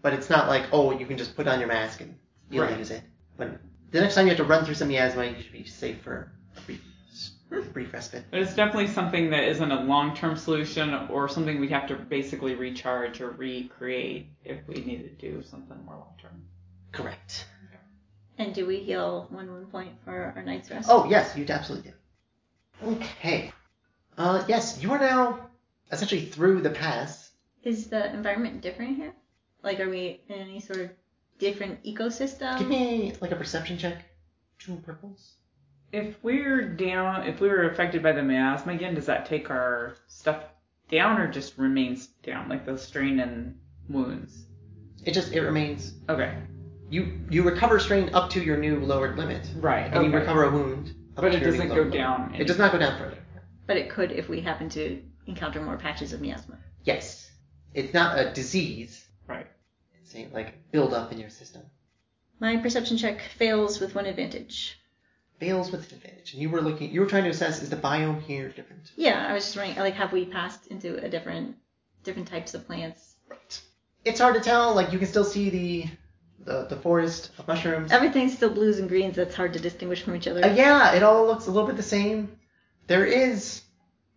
[SPEAKER 2] but it's not like, oh, you can just put on your mask and you'll
[SPEAKER 4] Right.
[SPEAKER 2] use it. But the next time you have to run through some miasma, you should be safe for a brief, brief respite.
[SPEAKER 4] But it's definitely something that isn't a long-term solution or something we'd have to basically recharge or recreate if we needed to do something more long-term.
[SPEAKER 2] Correct.
[SPEAKER 3] And do we heal one wound point for our night's rest?
[SPEAKER 2] Oh, yes, you absolutely do. Okay. Uh, yes, you are now essentially through the pass.
[SPEAKER 3] Is the environment different here? Like, are we in any sort of different ecosystem?
[SPEAKER 2] Give me, like, a perception check. Two purples.
[SPEAKER 4] If we're down, if we were affected by the miasma again, does that take our stuff down or just remains down, like the strain and wounds?
[SPEAKER 2] It just, it remains.
[SPEAKER 4] Okay.
[SPEAKER 2] You you recover strain up to your new lowered limit.
[SPEAKER 4] Right.
[SPEAKER 2] And you recover a wound. up
[SPEAKER 4] But
[SPEAKER 2] to
[SPEAKER 4] it
[SPEAKER 2] your new
[SPEAKER 4] doesn't go
[SPEAKER 2] lowered limit.
[SPEAKER 4] down.
[SPEAKER 2] It does not go down further.
[SPEAKER 3] But it could if we happen to encounter more patches of miasma.
[SPEAKER 2] Yes. It's not a disease.
[SPEAKER 4] Right.
[SPEAKER 2] It's a, like, buildup in your system.
[SPEAKER 3] My perception check fails with one advantage.
[SPEAKER 2] Fails with advantage. And you were looking, you were trying to assess, is the biome here different?
[SPEAKER 3] Yeah, I was just wondering, like, have we passed into a different, different types of plants?
[SPEAKER 2] Right. It's hard to tell. Like, you can still see the, the, the forest of mushrooms.
[SPEAKER 3] Everything's still blues and greens. That's hard to distinguish from each other.
[SPEAKER 2] Uh, yeah, it all looks a little bit the same. There is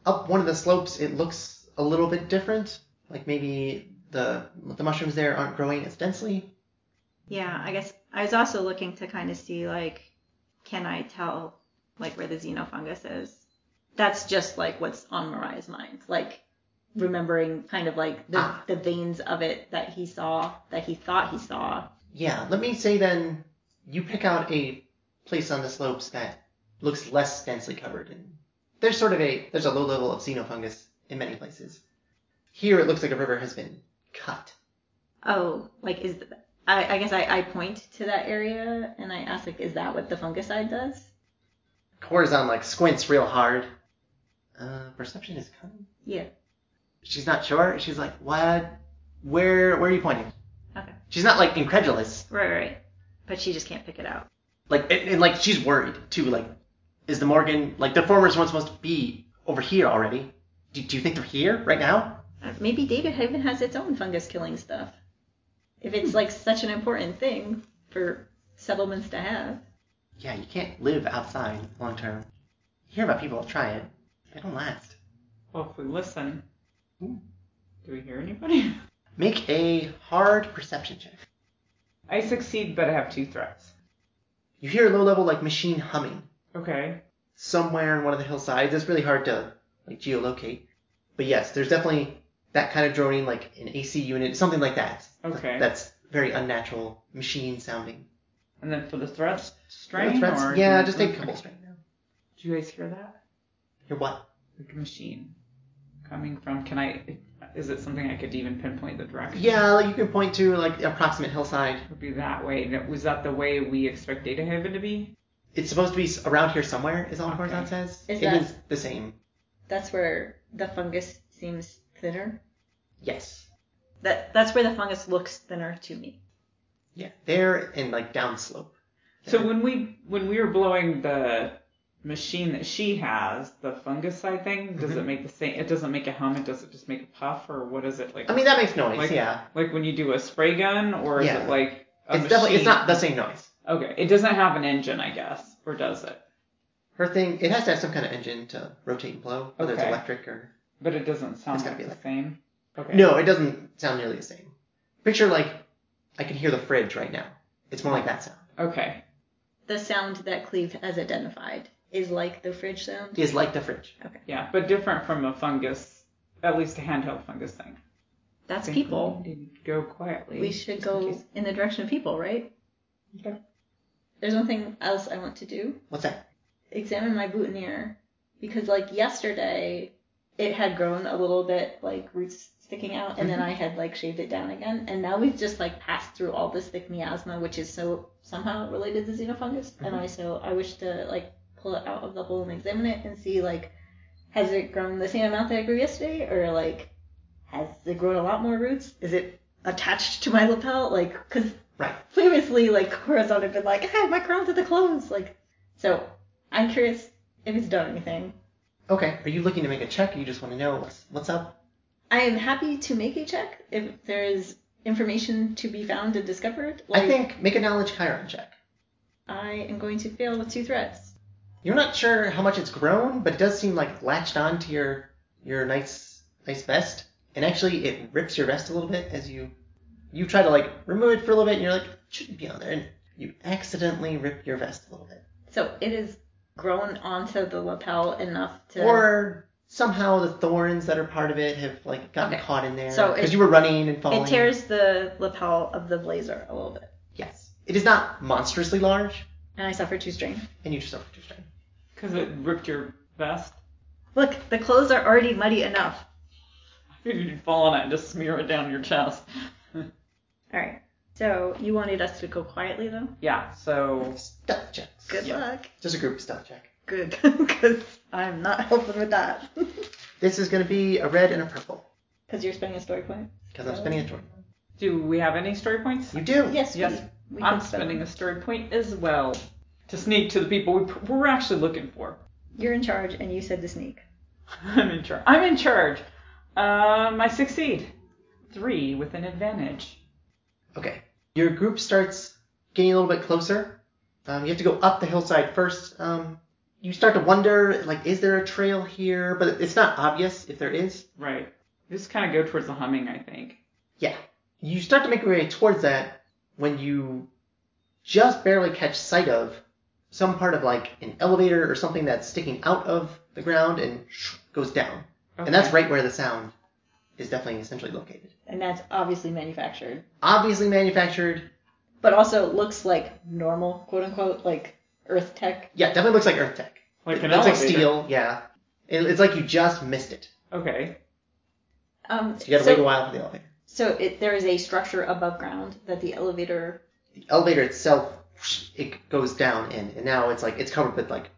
[SPEAKER 2] up one of the slopes. It looks a little bit different. Like maybe the the mushrooms there aren't growing as densely.
[SPEAKER 3] Yeah, I guess I was also looking to kind of see like, can I tell like where the xenofungus is? That's just like what's on Mariah's mind, like remembering kind of like the,
[SPEAKER 2] Ah.
[SPEAKER 3] the veins of it that he saw, that he thought he saw.
[SPEAKER 2] Yeah, let me say then you pick out a place on the slopes that looks less densely covered, and there's sort of a there's a low level of xenofungus in many places. Here it looks like a river has been cut.
[SPEAKER 3] Oh, like is the, I, I guess I, I point to that area and I ask like, is that what the fungicide does?
[SPEAKER 2] Corazon like squints real hard. Uh, perception is coming.
[SPEAKER 3] Yeah.
[SPEAKER 2] She's not sure. She's like, what? Where? Where are you pointing?
[SPEAKER 3] Okay.
[SPEAKER 2] She's not like incredulous.
[SPEAKER 3] Right, right, right. But she just can't pick it out.
[SPEAKER 2] Like, and, and like she's worried too. Like, is the Morgan like the farmers weren't supposed to be over here already? Do, do you think they're here right now?
[SPEAKER 3] Uh, Maybe Data Haven has its own fungus killing stuff. If it's
[SPEAKER 4] Hmm.
[SPEAKER 3] like such an important thing for settlements to have.
[SPEAKER 2] Yeah, you can't live outside long term. You hear about people who try it. They don't last.
[SPEAKER 4] Well, if we listen,
[SPEAKER 2] Ooh.
[SPEAKER 4] do we hear anybody?
[SPEAKER 2] Make a hard perception check.
[SPEAKER 4] I succeed, but I have two threats.
[SPEAKER 2] You hear a low level like machine humming
[SPEAKER 4] Okay.
[SPEAKER 2] somewhere on one of the hillsides. It's really hard to like geolocate. But yes, there's definitely that kind of droning, like an AC unit, something like that.
[SPEAKER 4] Okay.
[SPEAKER 2] That's very unnatural, machine sounding.
[SPEAKER 4] And then for the threats,
[SPEAKER 2] Other
[SPEAKER 4] strain
[SPEAKER 2] threats?
[SPEAKER 4] or
[SPEAKER 2] yeah,
[SPEAKER 4] do-
[SPEAKER 2] just take a
[SPEAKER 4] okay.
[SPEAKER 2] couple straight now.
[SPEAKER 4] Did you guys hear that?
[SPEAKER 2] You're what?
[SPEAKER 4] Like a machine coming from. Can I? Is it something I could even pinpoint the direction?
[SPEAKER 2] Yeah, like you can point to like the approximate hillside.
[SPEAKER 4] It would be that way. That- Was that the way we expect Data Haven to be?
[SPEAKER 2] It's supposed to be s- around here somewhere, is all
[SPEAKER 4] Okay.
[SPEAKER 2] Horizon says.
[SPEAKER 3] Is
[SPEAKER 2] It
[SPEAKER 3] that-
[SPEAKER 2] is the same.
[SPEAKER 3] That's where the fungus seems thinner.
[SPEAKER 2] Yes.
[SPEAKER 3] That that's where the fungus looks thinner to me.
[SPEAKER 2] Yeah. There and like downslope.
[SPEAKER 4] So when we when we were blowing the machine that she has, the fungicide thing, does it make the same? It doesn't make a hum. It does it just make a puff, or what is it like?
[SPEAKER 2] I mean that makes noise,
[SPEAKER 4] like,
[SPEAKER 2] yeah.
[SPEAKER 4] Like when you do a spray gun, or is
[SPEAKER 2] Yeah.
[SPEAKER 4] it like a
[SPEAKER 2] It's definitely it's
[SPEAKER 4] machine?
[SPEAKER 2] not the same noise.
[SPEAKER 4] Okay, it doesn't have an engine, I guess, or does it?
[SPEAKER 2] Her thing it has to have some kind of engine to rotate and blow, whether it's
[SPEAKER 4] Okay.
[SPEAKER 2] electric or
[SPEAKER 4] But it doesn't sound
[SPEAKER 2] It's gotta
[SPEAKER 4] like
[SPEAKER 2] be
[SPEAKER 4] the
[SPEAKER 2] like-
[SPEAKER 4] same. Okay.
[SPEAKER 2] No, it doesn't sound nearly the same. Picture like I can hear the fridge right now. It's more like that sound.
[SPEAKER 4] Okay.
[SPEAKER 3] The sound that Cleve has identified is like the fridge sound.
[SPEAKER 2] It is like the fridge.
[SPEAKER 4] Yeah, but different from a fungus, at least a handheld fungus thing.
[SPEAKER 3] That's
[SPEAKER 4] Think
[SPEAKER 3] people.
[SPEAKER 4] We need to go quietly.
[SPEAKER 3] We should
[SPEAKER 4] just in
[SPEAKER 3] go
[SPEAKER 4] case.
[SPEAKER 3] in the direction of people, right?
[SPEAKER 4] Okay.
[SPEAKER 3] There's one thing else I want to do.
[SPEAKER 2] What's that?
[SPEAKER 3] Examine my boutonniere because like yesterday it had grown a little bit like roots sticking out and then I had like shaved it down again and now we've just like passed through all this thick miasma which is so somehow related to xenofungus and I so I wish to like pull it out of the hole and examine it and see like has it grown the same amount that it grew yesterday or like has it grown a lot more roots is it attached to my lapel like because
[SPEAKER 2] Right.
[SPEAKER 3] previously like Corazon had been like I had my crown to the clothes like so I'm curious if it's done anything
[SPEAKER 2] Okay. Are you looking to make a check or you just want to know what's what's up?
[SPEAKER 3] I am happy to make a check if there is information to be found and discovered.
[SPEAKER 2] I think make a knowledge chiron check.
[SPEAKER 3] I am going to fail with two threats.
[SPEAKER 2] You're not sure how much it's grown, but it does seem like latched on to your your nice nice vest. And actually, it rips your vest a little bit as you you try to like remove it for a little bit, and you're like it shouldn't be on there, and you accidentally rip your vest a little bit,
[SPEAKER 3] So it is grown onto the lapel enough to.
[SPEAKER 2] or somehow the thorns that are part of it have like gotten
[SPEAKER 3] Okay.
[SPEAKER 2] caught in there
[SPEAKER 3] So it-
[SPEAKER 2] because you were running and falling.
[SPEAKER 3] it tears the lapel of the blazer a little bit,
[SPEAKER 2] Yes, it is not monstrously large,
[SPEAKER 3] and I suffer two strain.
[SPEAKER 2] and you just suffer two strain.
[SPEAKER 4] Because it ripped your vest.
[SPEAKER 3] Look, the clothes are already muddy enough.
[SPEAKER 4] Maybe you'd fall on it and just smear it down your chest.
[SPEAKER 3] All right. So you wanted us to go quietly, though.
[SPEAKER 4] Yeah, so
[SPEAKER 2] Stealth checks.
[SPEAKER 3] Good
[SPEAKER 4] Yeah.
[SPEAKER 3] luck.
[SPEAKER 2] Just a group stealth check.
[SPEAKER 3] Good, because I'm not helping with that.
[SPEAKER 2] This is going to be a red and a purple
[SPEAKER 3] Because you're spending a story point.
[SPEAKER 2] because I'm spinning a torch.
[SPEAKER 4] do we have any story points?
[SPEAKER 2] You do.
[SPEAKER 3] Yes.
[SPEAKER 4] Yes,
[SPEAKER 3] We, we
[SPEAKER 4] I'm
[SPEAKER 3] can spend
[SPEAKER 4] spending
[SPEAKER 3] them.
[SPEAKER 4] a story point as well to sneak to the people we, we're actually looking for.
[SPEAKER 3] You're in charge, and you said to sneak.
[SPEAKER 4] I'm in charge. I'm in charge. Um, I succeed. Three with an advantage.
[SPEAKER 2] Okay. Your group starts getting a little bit closer. Um, you have to go up the hillside first. Um, you start to wonder, like, is there a trail here? But it's not obvious if there is.
[SPEAKER 4] Right. Just kind of go towards the humming, I think.
[SPEAKER 2] Yeah. You start to make your way towards that when you just barely catch sight of some part of, like, an elevator or something that's sticking out of the ground and goes down. And that's
[SPEAKER 4] Okay.
[SPEAKER 2] right where the sound is definitely essentially located.
[SPEAKER 3] and that's obviously manufactured,
[SPEAKER 2] Obviously manufactured.
[SPEAKER 3] but also looks like normal, quote unquote, like Earth tech.
[SPEAKER 2] Yeah, definitely looks like Earth Tech.
[SPEAKER 4] Like an
[SPEAKER 2] It's like
[SPEAKER 4] elevator.
[SPEAKER 2] steel, yeah. It, it's like you just missed it.
[SPEAKER 4] Okay.
[SPEAKER 3] Um,
[SPEAKER 2] You gotta
[SPEAKER 3] so,
[SPEAKER 2] wait a while for the elevator.
[SPEAKER 3] So it, there is a structure above ground that the elevator.
[SPEAKER 2] The elevator itself, whoosh, it goes down in, and now it's like it's covered with like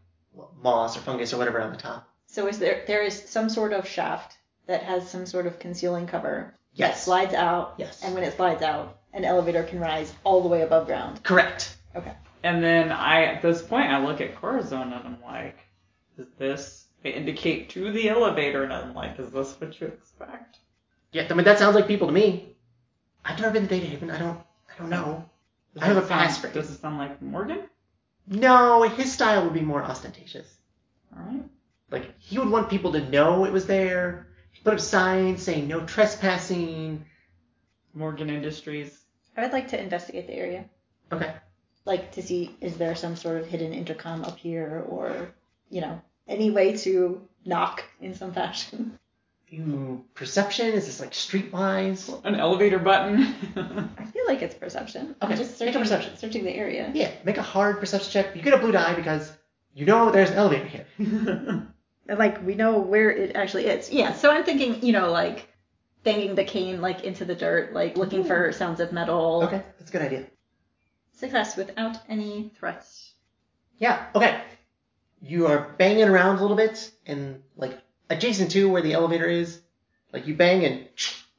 [SPEAKER 2] moss or fungus or whatever on the top.
[SPEAKER 3] So is there there is some sort of shaft that has some sort of concealing cover that
[SPEAKER 2] Yes.
[SPEAKER 3] slides out.
[SPEAKER 2] Yes.
[SPEAKER 3] And when it slides out, an elevator can rise all the way above ground.
[SPEAKER 2] Correct.
[SPEAKER 3] Okay.
[SPEAKER 4] And then I, at this point, I look at Corazon and I'm like, is this? I indicate to the elevator and I'm like, is this what you expect?
[SPEAKER 2] Yeah, I mean that sounds like people to me. I've never been to Data Haven. I don't. I don't know.
[SPEAKER 4] Does
[SPEAKER 2] I have
[SPEAKER 4] it
[SPEAKER 2] a
[SPEAKER 4] sound-
[SPEAKER 2] passphrase.
[SPEAKER 4] Does it sound like Morgan?
[SPEAKER 2] No, his style would be more ostentatious.
[SPEAKER 4] All right.
[SPEAKER 2] Like he would want people to know it was there. He'd put up signs saying no trespassing.
[SPEAKER 4] Morgan Industries.
[SPEAKER 3] I would like to investigate the area,
[SPEAKER 2] Okay.
[SPEAKER 3] like to see is there some sort of hidden intercom up here, or you know any way to knock in some fashion.
[SPEAKER 2] mm, perception? Is this like streetwise?
[SPEAKER 4] An elevator button.
[SPEAKER 3] I feel like it's perception.
[SPEAKER 2] Okay,
[SPEAKER 3] I'm just
[SPEAKER 2] make a
[SPEAKER 3] searching,
[SPEAKER 2] perception.
[SPEAKER 3] searching the area.
[SPEAKER 2] Yeah, make a hard perception check. You get a blue die because you know there's an elevator here.
[SPEAKER 3] Like we know where it actually is. Yeah. So I'm thinking, you know, like banging the cane like into the dirt, like looking for sounds of metal.
[SPEAKER 2] Okay, that's a good idea.
[SPEAKER 3] Success without any threats.
[SPEAKER 2] Yeah, okay. You are banging around a little bit and like adjacent to where the elevator is, like you bang and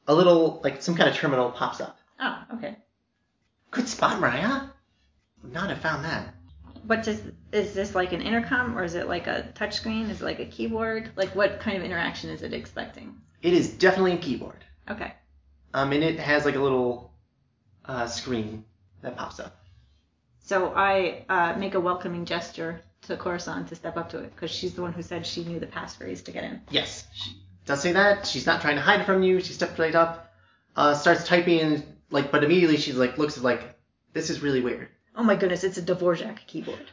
[SPEAKER 2] a little like some kind of terminal pops up.
[SPEAKER 3] Oh, okay.
[SPEAKER 2] Good spot, Mariah. Would not have found that.
[SPEAKER 3] What does is this like an intercom or is it like a touchscreen? Is it like a keyboard? Like what kind of interaction is it expecting?
[SPEAKER 2] It is definitely a keyboard.
[SPEAKER 3] Okay.
[SPEAKER 2] Um, and it has like a little uh, screen that pops up.
[SPEAKER 3] So I uh, make a welcoming gesture to Coruscant to step up to it because she's the one who said she knew the passphrase to get in.
[SPEAKER 2] Yes, she does say that. She's not trying to hide from you. She steps right up, uh, starts typing, like, but immediately she's like, looks at like, this is really weird.
[SPEAKER 3] Oh my goodness, it's a Dvorak keyboard.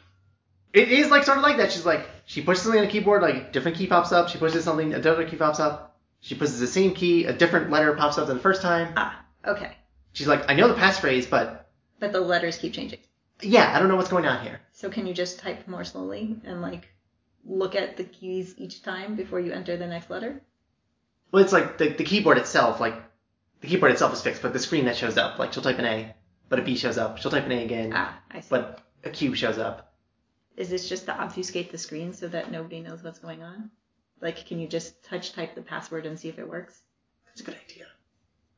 [SPEAKER 2] It is like sort of like that. She's like, she pushes something on the keyboard, like a different key pops up. She pushes something, a different key pops up. She pushes the same key, a different letter pops up than the first time.
[SPEAKER 3] Ah, okay.
[SPEAKER 2] She's like, I know the passphrase, but
[SPEAKER 3] But the letters keep changing.
[SPEAKER 2] yeah, I don't know what's going on here.
[SPEAKER 3] So can you just type more slowly and like look at the keys each time before you enter the next letter?
[SPEAKER 2] Well, it's like the, the keyboard itself, like the keyboard itself is fixed, but the screen that shows up, like she'll type an A, but a B shows up. She'll type an A again,
[SPEAKER 3] Ah, I see.
[SPEAKER 2] but a Q shows up.
[SPEAKER 3] Is this just to obfuscate the screen so that nobody knows what's going on? Like, can you just touch type the password and see if it works?
[SPEAKER 2] That's a good idea.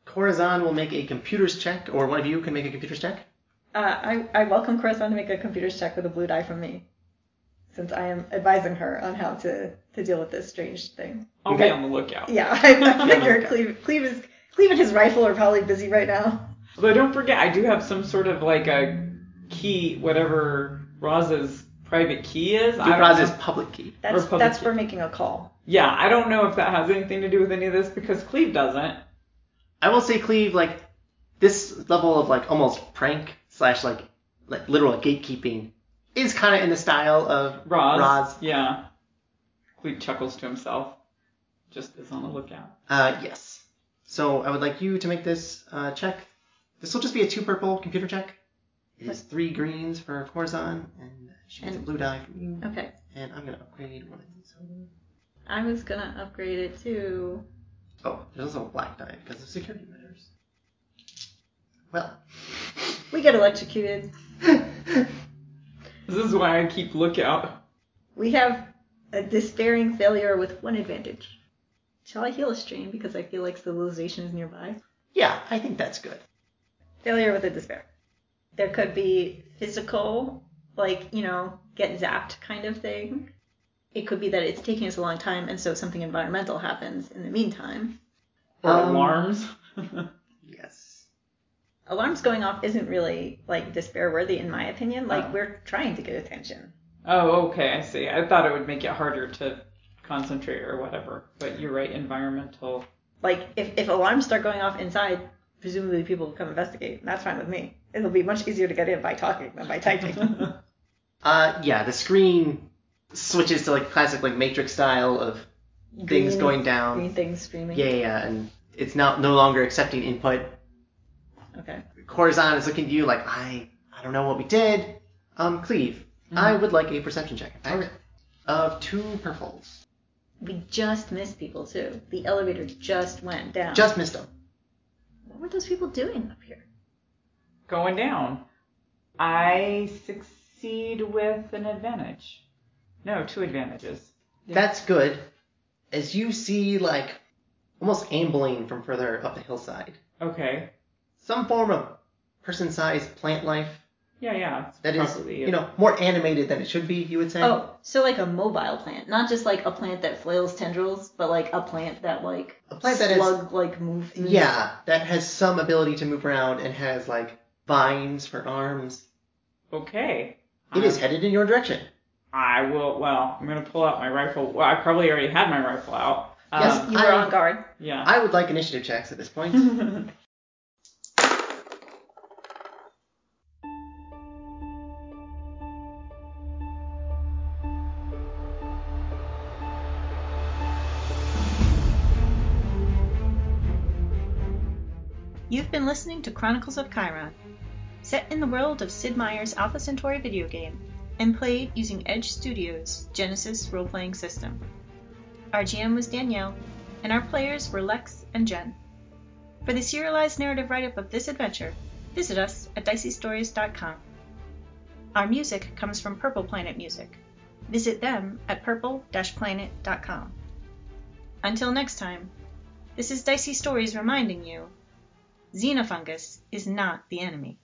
[SPEAKER 2] Corazon will make a computers check, or one of you can make a computers check.
[SPEAKER 3] Uh, I, I welcome Coruscant to make a computers check with a blue die from me, since I am advising her on how to, to deal with this strange thing.
[SPEAKER 4] I'll
[SPEAKER 2] Okay.
[SPEAKER 4] be on the lookout.
[SPEAKER 3] Yeah, I figure
[SPEAKER 4] Okay.
[SPEAKER 3] Cleve, Cleve, is, Cleve and his rifle are probably busy right now.
[SPEAKER 4] Although don't forget, I do have some sort of like a key, whatever Roz's private key is. I don't
[SPEAKER 2] Duraz is
[SPEAKER 4] know-
[SPEAKER 2] public key.
[SPEAKER 3] That's
[SPEAKER 4] Republic-
[SPEAKER 3] that's for making a call.
[SPEAKER 4] Yeah, I don't know if that has anything to do with any of this because Cleve doesn't.
[SPEAKER 2] I will say, Cleve, like this level of like almost prank slash like like literal gatekeeping is kind of in the style of
[SPEAKER 4] Roz.
[SPEAKER 2] Roz.
[SPEAKER 4] Yeah. Cleve chuckles to himself. Just is on the lookout.
[SPEAKER 2] Uh, yes. So I would like you to make this uh, check. This will just be a two purple computer check. It is three greens for Corazon, and she gets a
[SPEAKER 3] And-
[SPEAKER 2] blue die from you.
[SPEAKER 3] Okay,
[SPEAKER 2] And I'm gonna upgrade one of these.
[SPEAKER 3] I was gonna upgrade it to
[SPEAKER 2] Oh, there's also a black die because of security measures. Well,
[SPEAKER 3] we get electrocuted.
[SPEAKER 4] This is why I keep lookout.
[SPEAKER 3] We have a despairing failure with one advantage. Shall I heal a stream because I feel like civilization is nearby?
[SPEAKER 2] yeah, I think that's good.
[SPEAKER 3] Failure with a despair. There could be physical, like, you know, get zapped kind of thing. It could be that it's taking us a long time and so something environmental happens in the meantime.
[SPEAKER 4] Or
[SPEAKER 2] Um,
[SPEAKER 4] alarms.
[SPEAKER 2] Yes.
[SPEAKER 3] Alarms going off isn't really like despair worthy in my opinion. Like
[SPEAKER 4] Oh.
[SPEAKER 3] we're trying to get attention.
[SPEAKER 4] oh, okay, I see. I thought it would make it harder to concentrate or whatever. But you're right, environmental.
[SPEAKER 3] Like if, if alarms start going off inside, presumably people will come investigate. That's fine with me. It'll be much easier to get in by talking than by typing.
[SPEAKER 2] Uh, yeah, the screen switches to like classic like Matrix style of things
[SPEAKER 3] Green-
[SPEAKER 2] going down.
[SPEAKER 3] Green things screaming.
[SPEAKER 2] Yeah, yeah, yeah, and it's now no longer accepting input.
[SPEAKER 3] Okay.
[SPEAKER 2] Corazon is looking at you like I I don't know what we did. Um, Cleve,
[SPEAKER 4] Mm-hmm.
[SPEAKER 2] I would like a perception check. in fact, Of two purples,
[SPEAKER 3] We just missed people too. The elevator just went down.
[SPEAKER 2] just missed them.
[SPEAKER 3] What were those people doing up here?
[SPEAKER 4] Going down. I succeed with an advantage. No, two advantages.
[SPEAKER 2] That's good. As you see, like almost ambling from further up the hillside,
[SPEAKER 4] Okay.
[SPEAKER 2] some form of person-sized plant life
[SPEAKER 4] Yeah, yeah. it's
[SPEAKER 2] that is,
[SPEAKER 4] probably
[SPEAKER 2] you know, more animated than it should be. You would say.
[SPEAKER 3] Oh, so like a mobile plant, not just like a plant that flails tendrils, but like a plant that like
[SPEAKER 2] A plant that is-
[SPEAKER 3] slug like move. moves.
[SPEAKER 2] Yeah, that has some ability to move around and has like vines for arms.
[SPEAKER 4] Okay.
[SPEAKER 2] It is headed in your direction.
[SPEAKER 4] I will. Well, I'm gonna pull out my rifle. Well, I probably already had my rifle out. Um,
[SPEAKER 2] Yes.
[SPEAKER 3] You were
[SPEAKER 2] I-
[SPEAKER 3] on guard.
[SPEAKER 4] Yeah.
[SPEAKER 2] I would like initiative checks at this point.
[SPEAKER 3] You've been listening to Chronicles of Chiron, set in the world of Sid Meier's Alpha Centauri video game and played using Edge Studios' Genesis role playing system. Our GM was Danielle, and our players were Lex and Jen. For the serialized narrative write up of this adventure, visit us at diceystories.com. Our music comes from Purple Planet Music. Visit them at purple planet.com. Until next time, this is Dicey Stories reminding you Xenofungus is not the enemy.